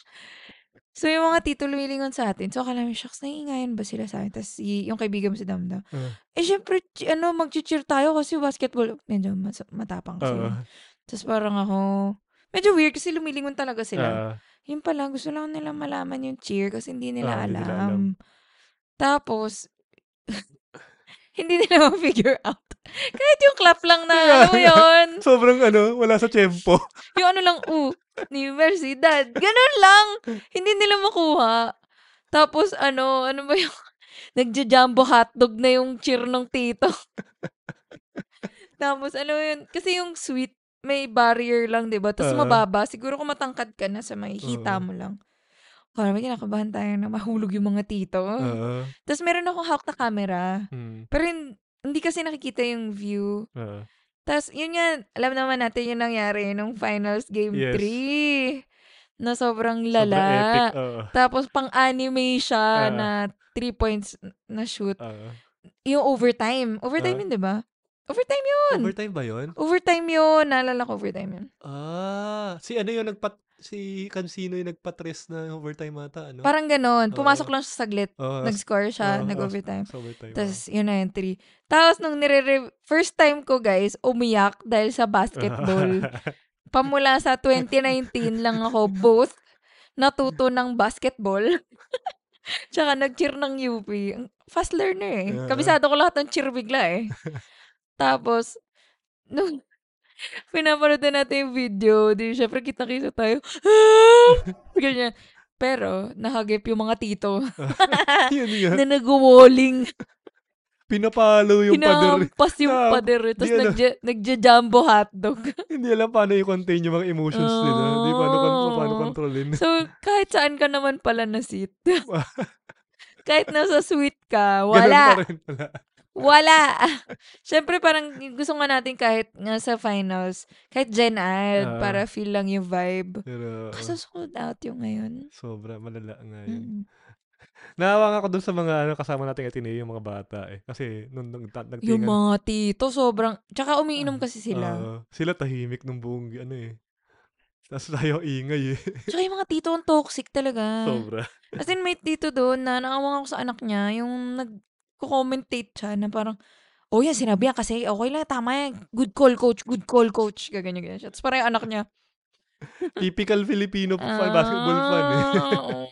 So, yung mga tito lumilingon sa atin. So, akala mo, shucks, naiingayan ba sila sa atin? Tapos, yung kaibigan mo si Damdam.
Ah.
Eh, syempre, ch- ano, mag-cheer tayo kasi basketball. Medyo mas- matapang kasi.
Oo.
Tapos, parang ako, medyo weird kasi lumilingon talaga sila.
Ah,
Yun pala, gusto lang nila malaman yung cheer kasi hindi nila,
Ah, hindi
alam.
nila
Tapos, hindi nila ma-figure out. Kahit yung clap lang na,
Yeah.
ano mo yun?
sobrang ano, wala sa tempo.
Yung ano lang, u, ni Mercidad. Ganun lang. Hindi nila makuha. Tapos, ano, ano ba yung, nagja-jumbo hotdog na yung cheer ng tito. Tapos, ano yun, kasi yung sweet, may barrier lang, di ba? Tapos
Oo.
mababa. Siguro kung matangkad ka na sa makikita
Oo.
mo lang. Parang may kinakabahan tayo na mahulog yung mga tito.
Oo.
Tapos meron akong hawak na camera.
Hmm.
Pero hin- hindi kasi nakikita yung view.
Oo.
Tapos, yun nga, alam naman natin yung nangyari nung finals game
Yes.
3. Na sobrang
Sobrang
lala.
epic. Ah, Oo.
Tapos, pang-anime
Ah.
siya na 3 points na shoot.
Oo.
Yung overtime. Overtime
Ah.
yun, di ba? Overtime yun!
Overtime ba yun?
overtime yun! Naalala ko overtime yun.
Ah, si ano yung nagpat si Cancino yung nagpatres na overtime ata, ano?
Parang ganon. Pumasok
Oo.
lang siya saglit.
Oo, nas-
Nag-score siya,
oo,
nag-overtime.
sa overtime.
Tapos, yun na yung 3. Tapos, nung nire First time ko, guys, umiyak dahil sa basketball. Pamula sa 2019 lang ako, both natuto ng basketball. Tsaka nag-cheer ng UP. Ang Fast learner eh.
Oo.
Kabisado ko lahat ng cheer bigla eh. Tapos, nung pinapanood na natin yung video, di syempre kita-kita tayo. Ganyan. Pero, nahagip yung mga tito
Ah, yun nga.
na nag-walling.
Pinapalo yung pader.
Hinahampas yung
Na-
pader. eh.
di
Tapos
ano.
nagja, nagja-jumbo hotdog.
Hindi alam paano i-contain yung mga emotions nila. Hindi paano,
Oo.
kon- paano kontrolin.
So, kahit saan ka naman pala na seat. kahit nasa suite ka,
Ganun pa
wala.
rin. Wala.
Wala. Siyempre, parang gusto nga natin kahit nga sa finals, kahit Gen Ed,
Ah.
para feel lang yung vibe.
Pero, oo,
Kaso sold out yung ngayon.
sobra, malala nga yun.
Mm.
Naawa nga ako dun sa mga ano, kasama nating Ateneo, yung mga bata eh. Kasi nung nung- ta-
Yung
nagtingan.
mga tito, sobrang... Tsaka
Ah.
umiinom kasi sila.
Oo. sila tahimik nung buong, ano eh. Tapos tayo ingay eh.
Tsaka yung mga tito, ang toxic talaga.
Sobra.
As in, may tito doon na naawang ako sa anak niya, yung nag-commentate siya na parang, oh yan, sinabi yan kasi okay lang, tama yan. Good call, coach. Good call, coach. Gaganyan, ganyan siya. Tapos parang yung anak niya,
Typical Filipino fan, basketball fan eh.
"Ah, oo."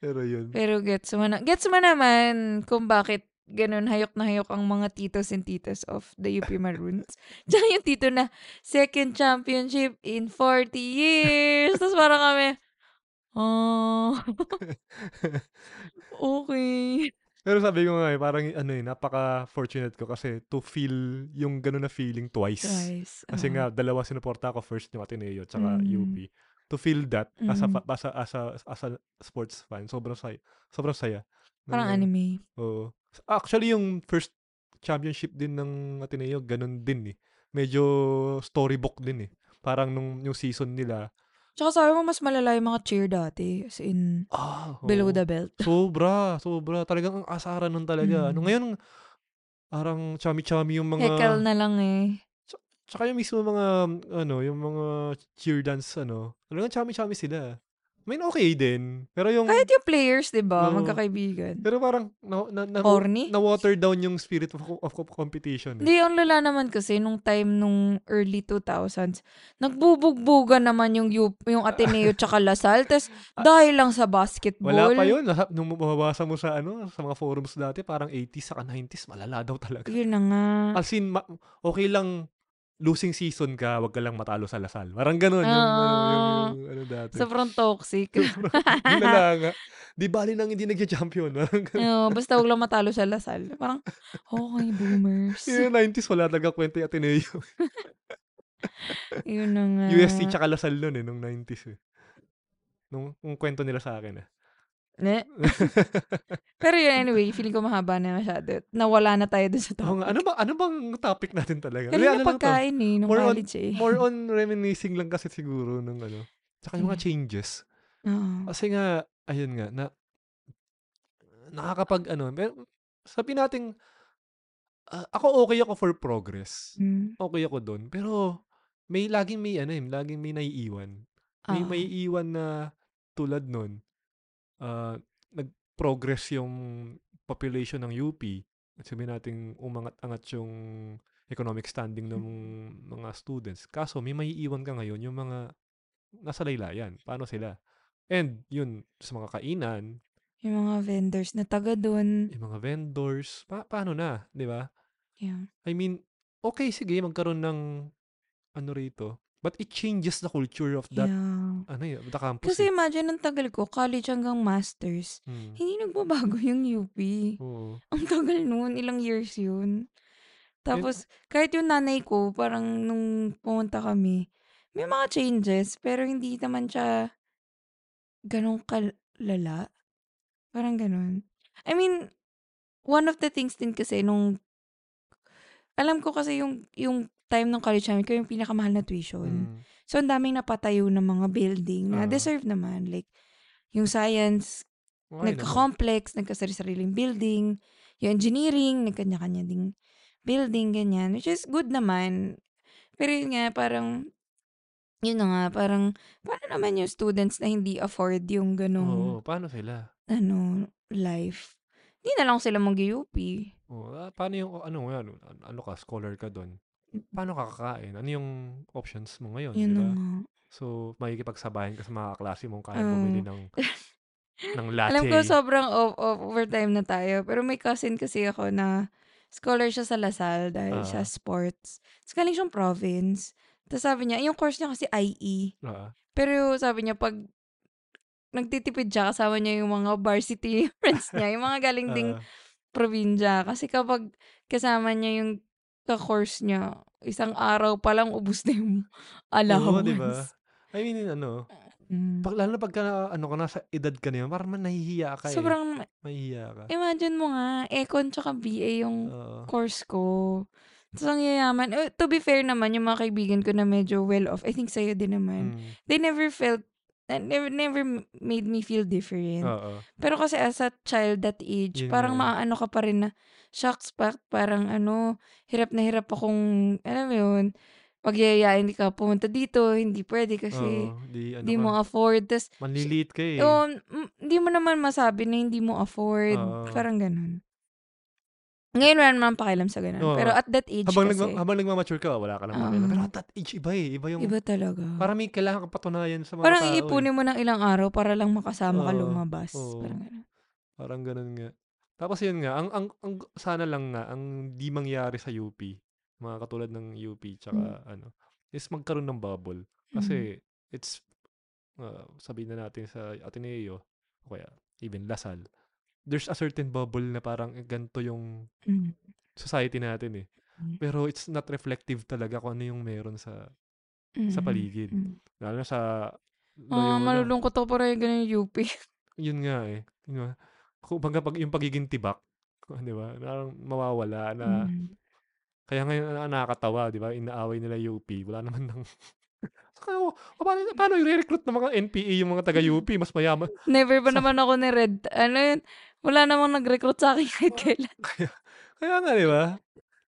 Pero yun.
Pero gets mo na. Gets mo naman kung bakit ganun hayok na hayok ang mga titos and titas of the UP Maroons. Tsaka yung tito na second championship in 40 years. Tapos parang kami, oh, okay.
Pero sabi ko nga eh, parang ano eh, napaka-fortunate ko kasi to feel yung gano'n na feeling twice.
Guys. ano,
Kasi
oo.
nga, dalawa sinuporta ko first yung Ateneo tsaka
ah. Mm.
UP. To feel that as, a,
Mm.
fa- as, a, as, a, as a sports fan, sobrang saya. Sobrang saya.
Parang
Ng-
anime.
Oo. Actually, yung first championship din ng Ateneo, ganun din eh. Medyo storybook din eh. Parang nung yung season nila.
Tsaka sabi mo, mas malala yung mga cheer dati. As in,
Ah, oo.
below the belt.
Sobra, sobra. Talagang ang asaran nun talaga. Ano,
Mm.
ngayon, arang chami-chami yung mga...
Hekel na lang eh.
Tsaka yung mismo mga, ano, yung mga cheer dance, ano. Talagang chami-chami sila. I mean, okay din. Pero yung...
Kahit yung players, di ba?
Oo.
Magkakaibigan.
Pero parang na, na, na,
Corny?
water down yung spirit of, co- of co- competition. eh.
Hindi, ang lala naman kasi nung time nung early 2000s, nagbubugbugan naman yung, UP, yung Ateneo tsaka Lasal. Tapos dahil lang sa basketball.
Ah. Wala pa yun. Lahat, nung mababasa mo sa ano sa mga forums dati, parang 80s sa 90s, malala daw talaga.
Yun na nga.
As in, ma- okay lang losing season ka, wag ka lang matalo sa Lasal. Parang ganun. yung,
Oo.
ano, yung, yung ano dati.
Sobrang toxic.
Yun na lang. ah. Di bali nang hindi nagja-champion. Parang ganun.
Oo, basta huwag lang matalo sa Lasal. Parang, okay, boomers.
Yung 90s, wala talaga kwenta yung Ateneo.
Yun na nga.
USC tsaka Lasal nun eh, nung 90s eh. Nung, nung kwento nila sa akin eh.
Ne. Pero yun, anyway, feeling ko mahaba na masyado. Nawala na tayo dun sa
Oo
topic.
nga, ano, ba, ano bang topic natin talaga? Hindi,
Kanina
ano lang to.
pagkain eh, nung
More on-
college eh.
More on reminiscing lang kasi siguro ng ano. Tsaka yung mga
Mm.
changes.
Oo.
Kasi nga, ayun nga, na, nakakapag ano, mer- sabi natin, ako okay ako for progress.
Mm.
Okay ako doon. Pero, may, laging may ano eh, laging may naiiwan. May,
Oo.
may iwan na tulad nun, ah, nag-progress yung population ng UP. At sabi natin, umangat-angat yung economic standing ng
Mm.
mga students. Kaso, may may iwan ka ngayon yung mga nasa laylayan. Paano sila? And yun, sa mga kainan,
Yung mga vendors na taga dun.
yung mga vendors, pa- paano na, di ba?
Yeah.
I mean, okay, sige, magkaroon ng ano rito. But it changes the culture of that,
yeah.
ano yun, of the campus.
Kasi
eh.
imagine ang tagal ko, college hanggang masters,
Mm.
hindi nagbabago yung UP.
Oo.
Ang tagal nun, ilang years yun. Tapos, kahit yung nanay ko, parang nung pumunta kami, may mga changes, pero hindi naman siya ganong kalala. Parang ganon. I mean, one of the things din kasi nung, alam ko kasi yung, yung time ng college namin, kaya yung pinakamahal na
Mm.
tuition. So, ang daming napatayo ng mga building na
Ah.
deserve naman. Like, yung science,
Okay naman.
nagka-complex, nagkasari-sariling building, yung engineering, nagkanya-kanya ding building, ganyan. Which is good naman. Pero yun nga, parang, yun na nga, parang, paano naman yung students na hindi afford yung
Oo,
ganong,
paano sila?
ano, life? Hindi na lang sila mag-UP.
Oo, ah, paano yung, ano, ano, ano ka, scholar ka doon? Paano ka kakain? Ano yung options mo ngayon?
Mm. Yun
di
na
ba?
nga.
So, makikipagsabayan ka sa mga kaklase mong kaya
Oo.
bumili ng, ng latte.
Alam ko, sobrang off, off overtime na tayo. Pero may cousin kasi ako na scholar siya sa Lasal dahil
Ah.
sa sports. Tapos galing siyang province. Tapos sabi niya, yung course niya kasi E." IE.
Ah.
Pero sabi niya, pag nagtitipid siya, kasama niya yung mga varsity friends niya, yung mga galing ding
Ah,
probinsya. Kasi kapag kasama niya yung ka-course niya, isang araw pa lang ubus na yung
oo,
allowance.
di ba? I mean, ano,
Mm.
pag, lalo na pagka, ano ka na, sa edad ka na yun, parang nahihiya ka eh.
Sobrang, eh,
Mahihiya ka.
imagine mo nga, econ tsaka BA yung
Oo.
course ko. Tapos ang yayaman. Eh, to be fair naman, yung mga kaibigan ko na medyo well-off, I think sa'yo din
Mm.
naman, they never felt, uh, never, never m- made me feel different.
Oo.
Pero kasi as a child that age,
Yun
parang
nga
maaano ka pa rin na, shucks, pa, parang ano, hirap na hirap akong, alam mo yun, pagyayain ka pumunta dito, hindi pwede kasi
Oo, di, ano
hindi
ka,
mo afford. Tapos,
manliliit ka eh.
um, mm, hindi mo naman masabi na hindi mo afford.
Oo.
Parang ganun. Ngayon, wala naman pakialam sa ganun.
Oo.
Pero at that age
habang,
kasi,
nagma- habang nagmamature ka, wala ka lang
Oo.
pakialam. Pero at that age, iba eh. Iba yung,
iba talaga.
parang may kailangan kang patunayan sa mga
Parang
tao eh.
iipunin mo ng ilang araw para lang makasama ka
Oo.
lumabas.
Oo.
Parang ganun.
Parang ganun nga. Tapos yun nga, ang, ang, ang sana lang nga, ang di mangyari sa UP, mga katulad ng UP, tsaka
Hmm.
ano, is magkaroon ng bubble. Kasi,
Mm-hmm.
it's, uh, sabihin na natin sa Ateneo, o kaya, even Lasal, there's a certain bubble na parang eh, ganito yung
Mm.
society natin eh.
Mm.
Pero it's not reflective talaga kung ano yung meron sa
Mm.
sa paligid.
Mm.
Lalo na sa
Ah,
Loyola.
malulungkot ako para yung ganun yung UP.
Yun nga eh. Yun nga. Kung baga pag, yung pagiging tibak, di ba? Parang mawawala na.
Mm.
Kaya ngayon na nakakatawa, di ba? Inaaway nila UP. Wala naman ng... Saka, oh, paano, paano i-recruit ng mga NPA yung mga taga-UP? Mas mayaman.
Never ba
Sa-
naman ako ni Red. Ano yun? Wala namang nag-recruit sa akin kahit kailan.
Kaya nga, di ba?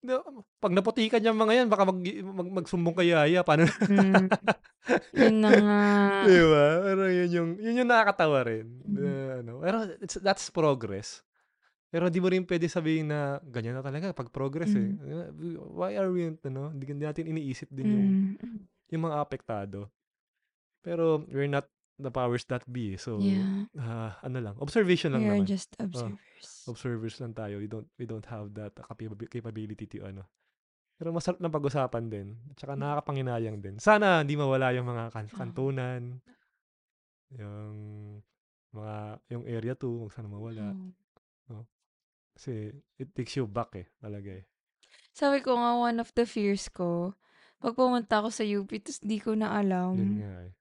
Na- Pag naputikan yung mga yan, baka mag, mag, magsumbong kay Yaya. Paano?
Mm. Yun na nga.
Di ba? Pero yun yung, yun yung nakakatawa rin.
Mm.
Na ano. Pero it's, that's progress. Pero di mo rin pwede sabihin na ganyan na talaga pag progress eh.
Mm.
Di ba? Why are we, ano, hindi hindi natin iniisip din yung,
Mm.
yung mga apektado. Pero we're not the powers that be. eh. So,
Yeah.
ah, ano lang, observation lang
We are
naman. Ah,
just observers.
Observers lang tayo. We don't, we don't have that capabi- capability to, ano, Pero masarap ng pag-usapan din. At saka nakakapanginayang din. Sana hindi mawala yung mga kan-
Oo.
kantunan. Yung mga yung area 2, huwag sana mawala.
Oo.
Kasi it takes you back eh, talaga eh.
Sabi ko nga, one of the fears ko, pag pumunta ako sa UP, tapos di ko na
Yun
alam.
nga eh.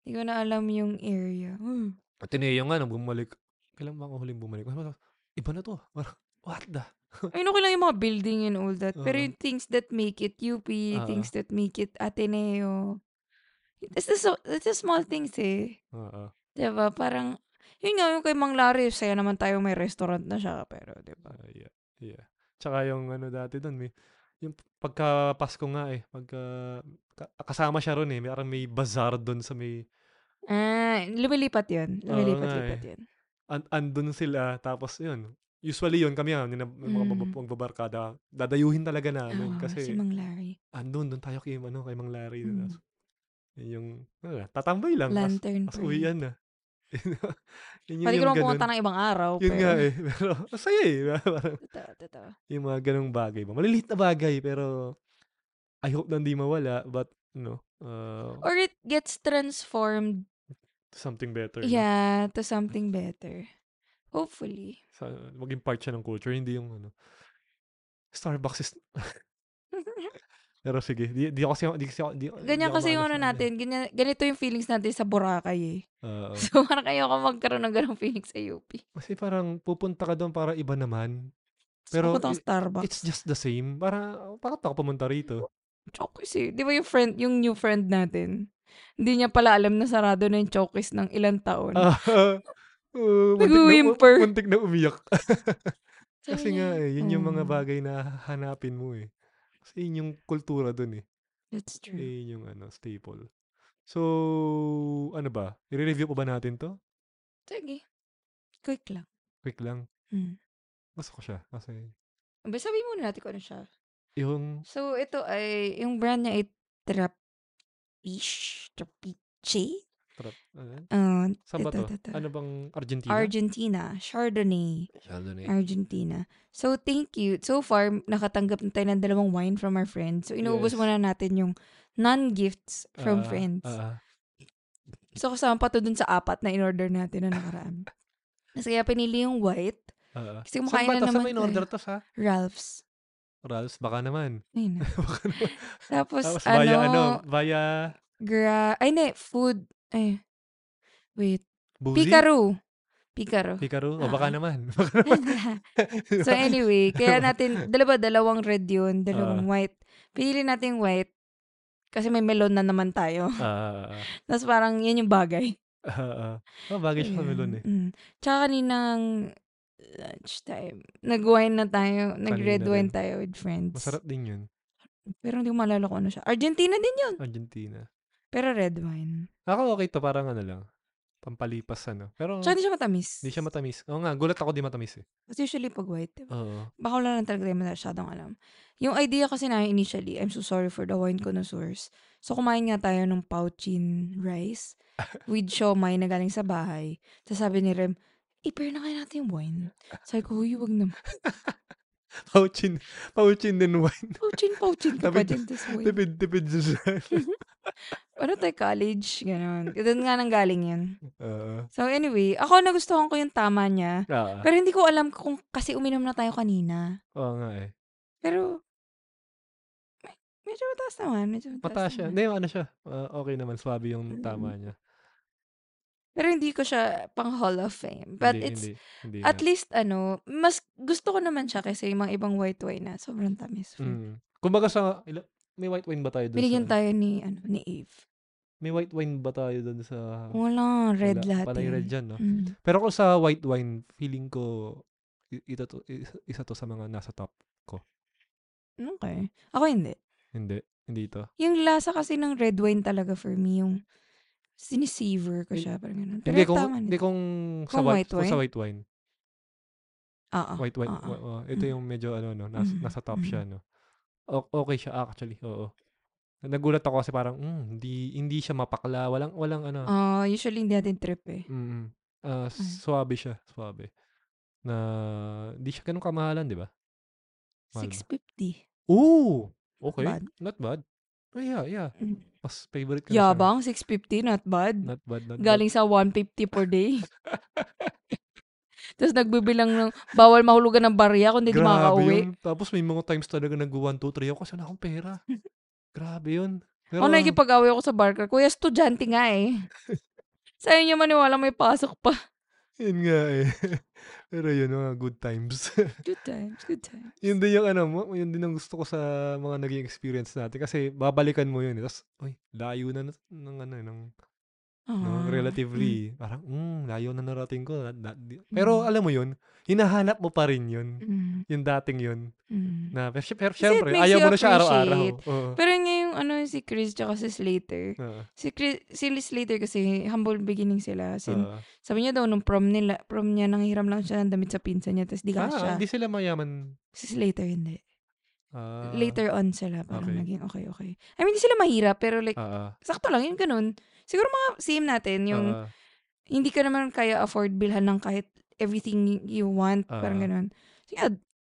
Di ko na alam yung area. Hmm.
At tinayang nga, nung ano, bumalik, kailan ba ako huling bumalik? Mas- mas- Iba na to. Parang, what the?
I know ko lang yung mga building and all that. Pero
Oo.
yung things that make it UP,
Oo.
things that make it Ateneo. It's the, so- it's the small things eh.
Oo.
Diba? Parang, yun nga yung kay Mang Larry, saya naman tayo may restaurant na siya. Pero, diba?
Ah, yeah. Yeah. Tsaka yung ano dati doon, may, yung pagka Pasko nga eh, pagka, ka- kasama siya ron eh, may, parang may bazaar doon sa may,
Ah, lumilipat yun.
Oo nga
Lumilipat-lipat
eh.
yun.
an- andun sila, tapos yun, usually yun kami yan, yung mga
Mm.
mm. magbabarkada, dadayuhin talaga namin
Oo, Ah, si
kasi
Mang Larry.
andun, doon tayo kay, ano, kay Mang Larry.
Mm.
tas yun yung, ano, na, tatambay lang. as
Lantern
as
Parade.
uwian na. yun yung,
Pwede ko
yung
lang pumunta
ganun.
ng ibang araw.
Yun
pero,
nga eh. Pero, masaya eh. Parang,
Totoo, totoo.
yung mga ganung bagay ba. Maliliit na bagay, pero I hope na hindi mawala, but, no, uh,
Or it gets transformed,
something better. no?
yeah, to something better. Hopefully.
Sa, maging part siya ng culture, hindi yung, ano, Starbucks is, pero sige, di, di ako kasi, di, kasi ako, di,
ganyan kasi yung ano natin, ganyan, ganito yung feelings natin sa Boracay eh.
Uh,
So parang ayoko magkaroon ng ganong feelings sa UP.
kasi parang pupunta ka doon para iba naman. Pero
Pero, sa
i-
Starbucks.
It's just the same. Para, bakit ako pumunta rito?
Chokis eh. Di ba yung friend, yung new friend natin? Hindi niya pala alam na sarado na yung chokis ng ilang taon.
Ah, uh, muntik na-
Ano? Nag-whimper.
Muntik na umiyak.
Sabi
Kasi nga
niya,
eh, yun yung mga
"Oh,
bagay na hanapin mo eh. Kasi yun yung kultura dun eh.
That's true.
Eh, yun yung ano, staple. So, ano ba? I-review pa ba natin to?
Sige. Quick lang.
Quick lang.
Hmm.
Gusto ko siya. Kasi,
Aba, Sabihin muna natin kung ano siya.
yung,
So, ito ay, yung brand niya ay Trapiche. Trapiche?
trap, ano?
Uh,
Saan ba
ito,
to?
ito, ito.
Ano bang Argentina?
Argentina. Chardonnay.
Argentina.
Argentina. So, thank you. So far, nakatanggap na tayo ng dalawang wine from our friends. So, inuubos
Yes. Ah,
muna natin yung non-gifts from friends. So, kasama pa to dun sa apat na in-order natin na nakaraan. Kasi kaya pinili yung white,
ah,
Kasi kumakain na naman eh.
may
tayo.
order to sa?
Ralph's.
Ralphs, baka naman.
Ayun na.
Baka naman.
Tapos,
Tapos,
ano,
via ano? Via
gra... Ay, hindi, food. Ay, wait.
Buzi?
Picaro. Picaro.
Picaro? O, baka
Oo.
naman. Baka naman.
so anyway, kaya natin, dalawa, dalawang red yun,
Ah.
dalawang white. Pinili natin white kasi may melon na naman tayo.
Ah, ah,
Tapos parang yan yung bagay.
ah, ah, ah. Oh, bagay siya sa melon eh.
Ayan. Mm. Tsaka kaninang lunchtime, nag-wine na tayo, nag-red
Kanina
wine
rin.
tayo with friends.
Masarap din yun.
Pero hindi ko maalala kung ano siya. Argentina din yun,
Argentina.
pero red wine.
Ako okay to, parang ano lang. Pampalipas ano. Pero
Tsaka hindi siya matamis.
hindi siya matamis. Oo nga, gulat ako di matamis eh.
Kasi usually pag white, diba?
Oo.
baka wala lang talaga tayo masyadong alam. Yung idea kasi namin initially, I'm so sorry for the wine connoisseurs. So, kumain nga tayo ng pouchin rice with siomay na galing sa bahay. Tapos sabi ni Rem, i-pair na kaya natin yung wine. Sabi ko, huy, wag naman.
Pauchin. Pauchin din wine.
Pouchin, pouchin ka
Tapid-
pwede this wine.
tipid, tipid siya.
Ano tayo, college? Ganon. Doon nga nang galing yun.
Oo.
So, anyway, ako nagustuhan ko yung tama niya.
Ah,
Pero hindi ko alam kung kasi uminom na tayo kanina.
oo nga eh.
Pero, me- medyo mataas naman. Medyo mataas
Mataas siya.
naman. Mm.
Hindi, ano siya. Ah, okay naman. Swabe yung tama niya.
Pero hindi ko siya pang Hall of Fame. But
hindi,
it's,
hindi, hindi
at
nga.
least, ano, mas gusto ko naman siya kasi yung mga ibang white wine na sobrang tamis.
Mm. Kumbaga sa, ila- may white wine ba tayo doon?
Binigyan
sa,
tayo ni, ano, ni Eve.
May white wine ba tayo doon sa...
Wala, Mm, red
Ah, Wala.
lahat.
Panay
eh.
red dyan, no?
Mm.
Pero kung sa white wine, feeling ko, i- ito to, is- isa to sa mga nasa top.
Okay. Ako hindi.
Hindi. Hindi ito.
Yung lasa kasi ng red wine talaga for me, yung sinisavor ko
Hindi-
siya. Parang ganun. Pero
Hindi kung,
tama
hindi
nito.
kung, sa
Kung
white,
white
kung sa white wine.
Oo.
White wine.
oo.
wa- oo. ito
Ah, Mm.
yung medyo ano, no, nas,
Mm,
nasa top
mm.
siya, no. O- okay siya actually. Oo. Nagulat ako kasi parang, mm, hindi hindi siya mapakla, walang walang ano.
Ah, usually hindi natin trip eh.
Mm. mm. Ah, swabe siya, swabe. Na hindi siya ganun kamahalan, 'di ba? Mahal ba?
650.
Oo! Okay.
Bad.
Not bad. Oh, yeah, yeah.
Mm.
Mas favorite ka na sa-
Yabang, 650, not bad.
Not bad, not
Galing sa 150 per day. Tapos nagbibilang ng bawal mahulugan ng barya
bad.
kundi di
Grabe
makakauwi.
yun. Tapos may mga times talaga nag 1, 2, 3 ako kasi wala akong pera. Grabe yun. Pero,
Ako Oh, nakikipag-away ako sa barker. Kuya, estudyante nga eh. Sa inyo maniwala may pasok pa.
yun nga eh. Pero yun, mga good times.
Good times, good times.
yun din yung ano, mo- yun din ang gusto ko sa mga naging experience natin. Kasi babalikan mo yun. eh. Tapos, uy, layo na nat- ng ano, eh, ng, no,
Ah.
relatively. Parang, mm, layo na narating ko. Na- na- di- Pero alam mo yun, hinahanap mo pa rin yun.
Mm,
Yung dating yun.
mm.
Na, pero, pero
Kasi it
syempre,
makes
ayaw
you
mo na siya araw-araw.
appreciate.
Oo.
Pero ngayong ano si Chris tsaka si Slater.
Oo.
Si Chris, si Slater kasi humble beginning sila. Sin,
Oo.
sabi niya daw nung prom nila, prom niya nanghiram lang siya ng damit sa pinsan niya tapos di ka siya.
ah, hindi sila mayaman.
Si Slater hindi.
Ah,
Later on sila
okay.
parang
Ah.
naging okay okay. I mean hindi sila mahirap pero like
Oo.
sakto lang yung ganun. Siguro mga same natin yung
Oo.
hindi ka naman kaya afford bilhan ng kahit everything you want, parang
Ah.
ganun. So, yeah,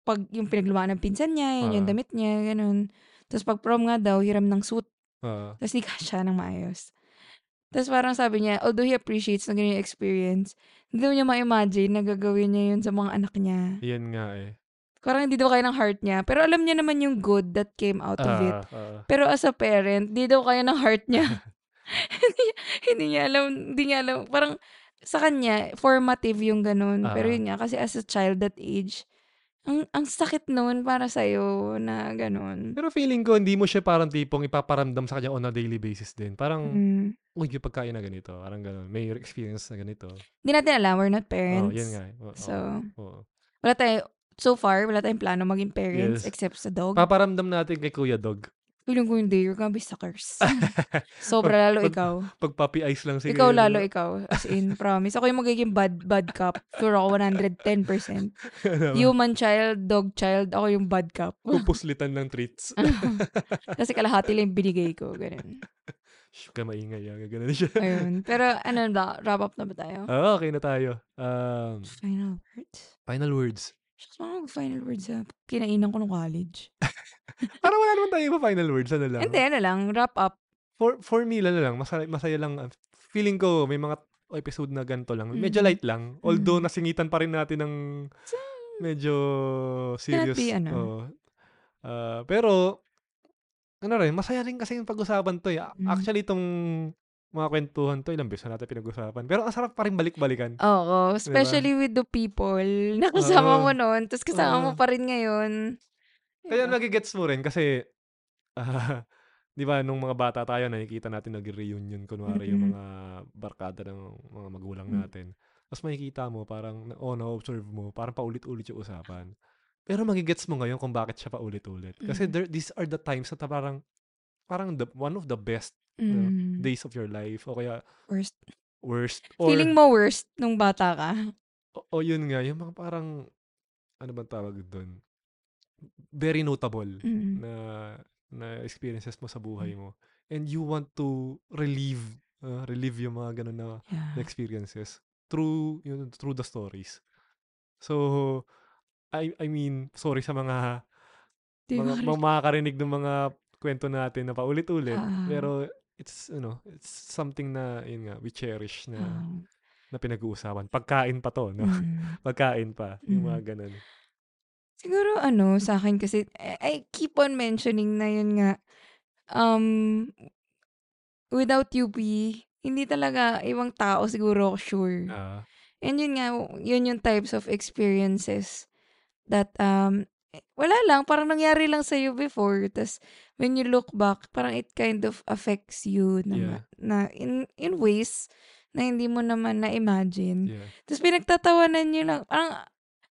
pag yung pinaglumaan ng pinsan niya, yun yung
Ah.
damit niya, ganun. Tapos pag prom nga daw, hiram ng suit.
Oo.
Tapos hindi siya ng maayos. Tapos parang sabi niya, although he appreciates na ganyan yung experience, hindi daw niya ma-imagine na gagawin niya yun sa mga anak niya.
Yan nga eh.
Parang hindi daw kaya ng heart niya. Pero alam niya naman yung good that came out of it.
Ah, oo.
Pero as a parent, di daw kaya ng heart niya. hindi, niya- hindi niya alam, hindi niya alam. Parang sa kanya, formative yung ganun. Pero
Ah.
yun nga, kasi as a child that age, ang, ang sakit nun para sa'yo na ganun.
Pero feeling ko, hindi mo siya parang tipong ipaparamdam sa kanya on a daily basis din. Parang,
Mm.
uy, may pagkain na ganito. Parang ganun. May experience na ganito.
Hindi natin alam, we're not
Oo,
parents.
yan nga. eh. oh. Oo,
So,
oo.
wala tayo, so far, wala tayong plano maging parents
Yes.
except sa dog.
Paparamdam natin kay Kuya Dog.
Feeling ko hindi, you're gonna be suckers. Sobra lalo
Pag-
ikaw.
Pag ano? puppy eyes lang si
Ikaw
Kuya
lalo, eh.
Dog.
ikaw. As in, promise. Ako yung magiging bad, bad cop. Sure ako 110%.
Ano ba?
Human child, dog child, ako yung bad cop.
Pupuslitan ng treats.
Kasi kalahati lang yung binigay ko. Ganun.
Shh, Huwag ka maingay. ah. Ganun siya.
Ayun. Pero ano na, wrap up na ba tayo?
Oo, okay na tayo. Um,
Final words?
final words.
Shucks, mga final words sa kinainan ko nung college.
Parang wala naman tayo pa final words. Ano lang?
Hindi, ano lang, wrap up.
For, for me, lalo lang. Masaya, masaya lang. ah, Feeling ko, may mga episode na ganito lang. Medyo
Mm.
light lang. Although,
Mm.
nasingitan pa rin natin ng medyo serious.
Happy, ano.
oo. Ah, pero, ano rin, masaya rin kasi yung pag-usapan to. Eh. A-
Mm.
Actually, itong mga kwentuhan to, ilang beses na natin pinag-usapan. Pero ang sarap pa rin balik-balikan.
Oo, especially with the people na kasama
Oo.
mo noon, tapos kasama mo
Oo.
pa rin ngayon.
Kaya
Ayun.
nagigets mo rin kasi, ah, di ba, nung mga bata tayo, nakikita natin nag-reunion, kunwari, yung
Mm-mm.
mga barkada ng mga magulang
Mm.
natin. Tapos makikita mo, parang, na- oh, na-observe mo, parang paulit-ulit yung usapan. Pero magigets mo ngayon kung bakit siya paulit-ulit. Kasi
Mm.
there- these are the times na ta- parang, parang the, one of the best
Mm.
days of your life o kaya
Worst.
worst or
Feeling mo worst nung bata ka.
o, o yun nga yung mga parang ano bang tawag doon very notable
Mm.
na na experiences mo sa buhay
Hmm.
mo and you want to relieve uh, relieve yung mga ganun na, na
Yeah.
experiences through yun through the stories so I I mean sorry sa mga
Di
mga,
ba-
mga makakarinig ng mga kwento natin na paulit-ulit
Ah.
pero it's you know it's something na yun nga we cherish na
Ah.
na pinag-uusapan. Pagkain pa to, no?
Mm.
Pagkain pa. Yung
Mm.
mga ganun.
Siguro ano, sa akin kasi, I, I keep on mentioning na yun nga, um, without UP, hindi talaga ibang tao siguro ako sure.
Ah,
And yun nga, yun yung types of experiences that, um, eh, wala lang, parang nangyari lang sa'yo before. Tapos, when you look back, parang it kind of affects you
Yeah.
na, na in, in ways na hindi mo naman na-imagine.
yeah.
Tapos pinagtatawanan niyo lang. Parang,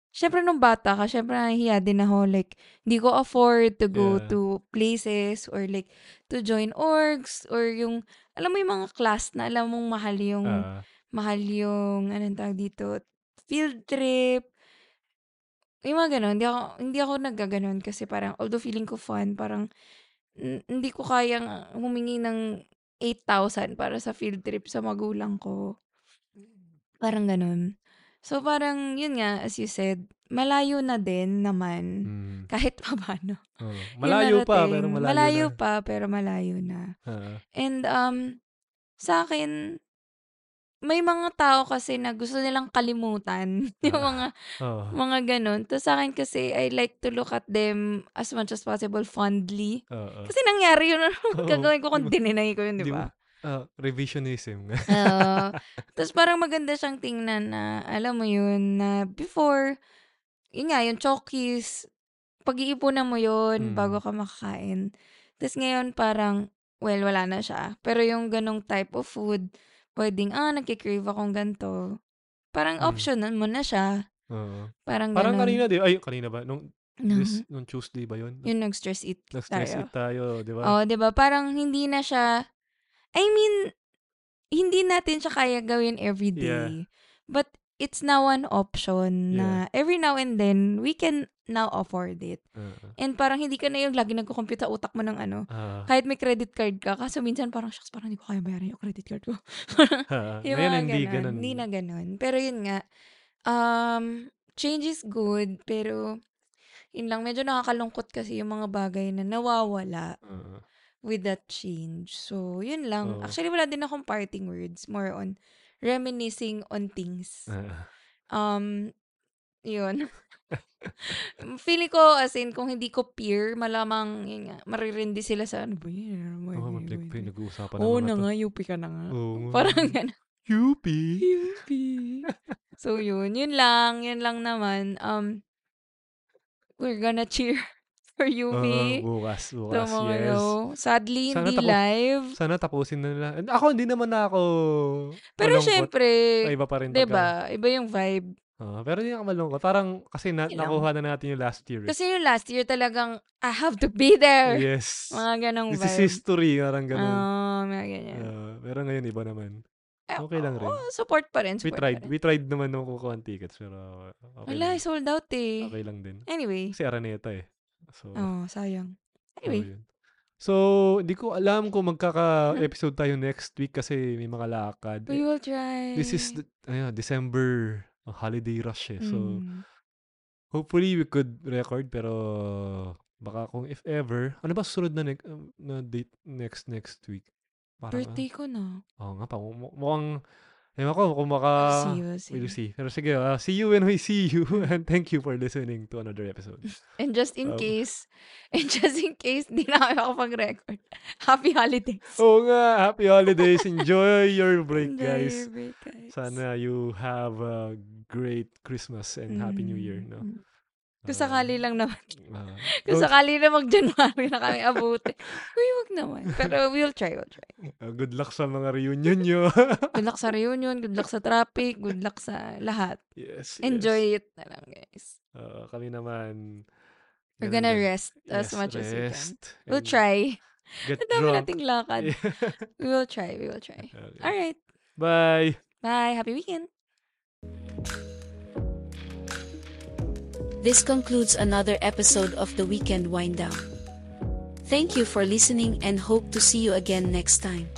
syempre nung bata ka, syempre nahihiya din ako. Like, hindi ko afford to go
Yeah.
to places or like, to join orgs or yung, alam mo yung mga class na alam mong mahal yung,
Ah,
mahal yung, anong tawag dito, field trip. Yung mga ganun, hindi ako, hindi ako nagaganon kasi parang, although feeling ko fun, parang, n- hindi ko kayang humingi ng 8,000 para sa field trip sa magulang ko. Parang ganun. So parang yun nga, as you said, malayo na din naman.
Mm.
Kahit pa paano.
Oo.
Yung
Oh. Malayo pa,
narating,
pero malayo, na. Ah.
pa, pero malayo na.
Oo.
And um, sa akin, may mga tao kasi na gusto nilang kalimutan yung
Ah.
mga
Oo.
mga ganun. To sa akin kasi I like to look at them as much as possible fondly.
Oo.
Kasi nangyari yun, ano
Ah. Oo,
gagawin ko kung
di
dininay ko yun,
Di
di ba?
Ah, revisionism.
Oo. Tapos parang maganda siyang tingnan na, alam mo yun, na before, yun nga, yung chokis, pag-iipunan mo yun
Mm.
bago ka makakain. Tapos ngayon parang, well, wala na siya. Pero yung ganong type of food, pwedeng, ah, nagkikrave akong ganito. Parang
Mm.
option na mo na siya.
Oo.
Parang,
Parang ano
ganun.
kanina, di Ay, kanina ba? Nung,
No.
this, nung Tuesday ba yun?
Yung nag-stress eat
Nag-stress
tayo. Oh.
eat tayo, di ba?
Oo, 'di ba? diba? Parang hindi na siya I mean, hindi natin siya kaya gawin every day. But it's now an option na every now and then we can now afford it.
Oo.
And parang hindi ka na yung lagi nagko-compute sa utak mo ng ano.
Ah.
Kahit may credit card ka, kaso minsan parang, shucks, parang hindi ko kaya bayaran yung credit card ko.
Ah,
Yung
Ngayon
mga
hindi
ganun.
ganun.
Hindi na ganun. Pero yun nga, um, change is good, pero yun lang, medyo nakakalungkot kasi yung mga bagay na nawawala
Oo.
with that change. So, yun
Oo.
lang. Actually, wala din akong parting words. More on reminiscing on things.
Ah.
Um, yun. Feeling ko, as in, kung hindi ko peer, malamang, yun nga, maririndi sila sa, ano ba yun? Ano ba yun?
Oh,
Ano ba
pinag,
yun?
pinag-uusapan
Oo na
na
nga, UP ka na nga.
Oo nga.
Parang gano'n.
Yupi!
UP. so, yun. Yun lang. Yun lang naman. Um, we're gonna cheer for
Oo,
UP.
Ah, bukas, bukas, yes.
Tomorrow. Sadly,
Sana
hindi
tapos-
live.
Sana tapusin na nila. And ako, hindi naman na ako
Pero
malungkot.
syempre,
Ay, iba pa rin.
'di
pagka-
ba? Iba yung vibe.
Oo, pero hindi ako malungkot. Parang kasi na,
Yun lang.
nakuha na natin yung last year. eh.
Kasi yung last year talagang I have to be there.
yes.
Mga ganong
This
vibe.
is history. Parang ganun.
Oo, mga ganyan.
Ah, pero ngayon, iba naman.
Eh,
okay lang rin.
oo, support pa rin.
We
Support
tried.
Pa rin.
We tried naman nung kukuha ng tickets. Pero okay,
Wala,
lang,
sold out eh.
okay lang din.
Anyway.
Kasi Araneta eh. So,
Oh, sayang.
oo,
Anyway. Mm-hmm.
yun. So, hindi ko alam kung magkaka-episode tayo next week kasi may mga lakad.
We will try.
This is the, ayun, December uh, holiday rush eh. So,
Mm.
hopefully we could record pero baka kung if ever, ano ba susunod na, ne- um, na date next next week? Parang,
birthday ko na.
ah, Oo nga pa, mu- mukhang, ewan ko kung baka,
see you, see
ah, we'll
you.
see. Pero sige, ah, see you when we see you and thank you for listening to another episode.
And just in
Um,
case, and just in case, di na kayo makapag-record. Happy holidays.
Oo nga, happy holidays. Enjoy your break,
Enjoy
guys.
your break, guys.
Sana you have a great Christmas and Happy New Year,
Mm,
no?
mm. Kung sakali lang naman.
Uh,
Kung sakali na mag-January na kami abuti. Uy, wag naman. Pero we'll try, we'll try.
ah, good luck sa mga reunion nyo.
Good luck sa reunion, good luck sa traffic, good luck sa lahat.
yes, yes.
Enjoy it na lang, guys.
Oo, kami naman.
We're
ganun
gonna
din.
rest as
Yes,
much as we can.
rest
We'll
and
try.
Get
Ang dami
drunk.
nating lakad. We will try, we will try.
Okay.
Alright.
Bye.
Bye. Happy weekend.
This concludes another episode of the Weekend Wind Down. Thank you for listening and hope to see you again next time.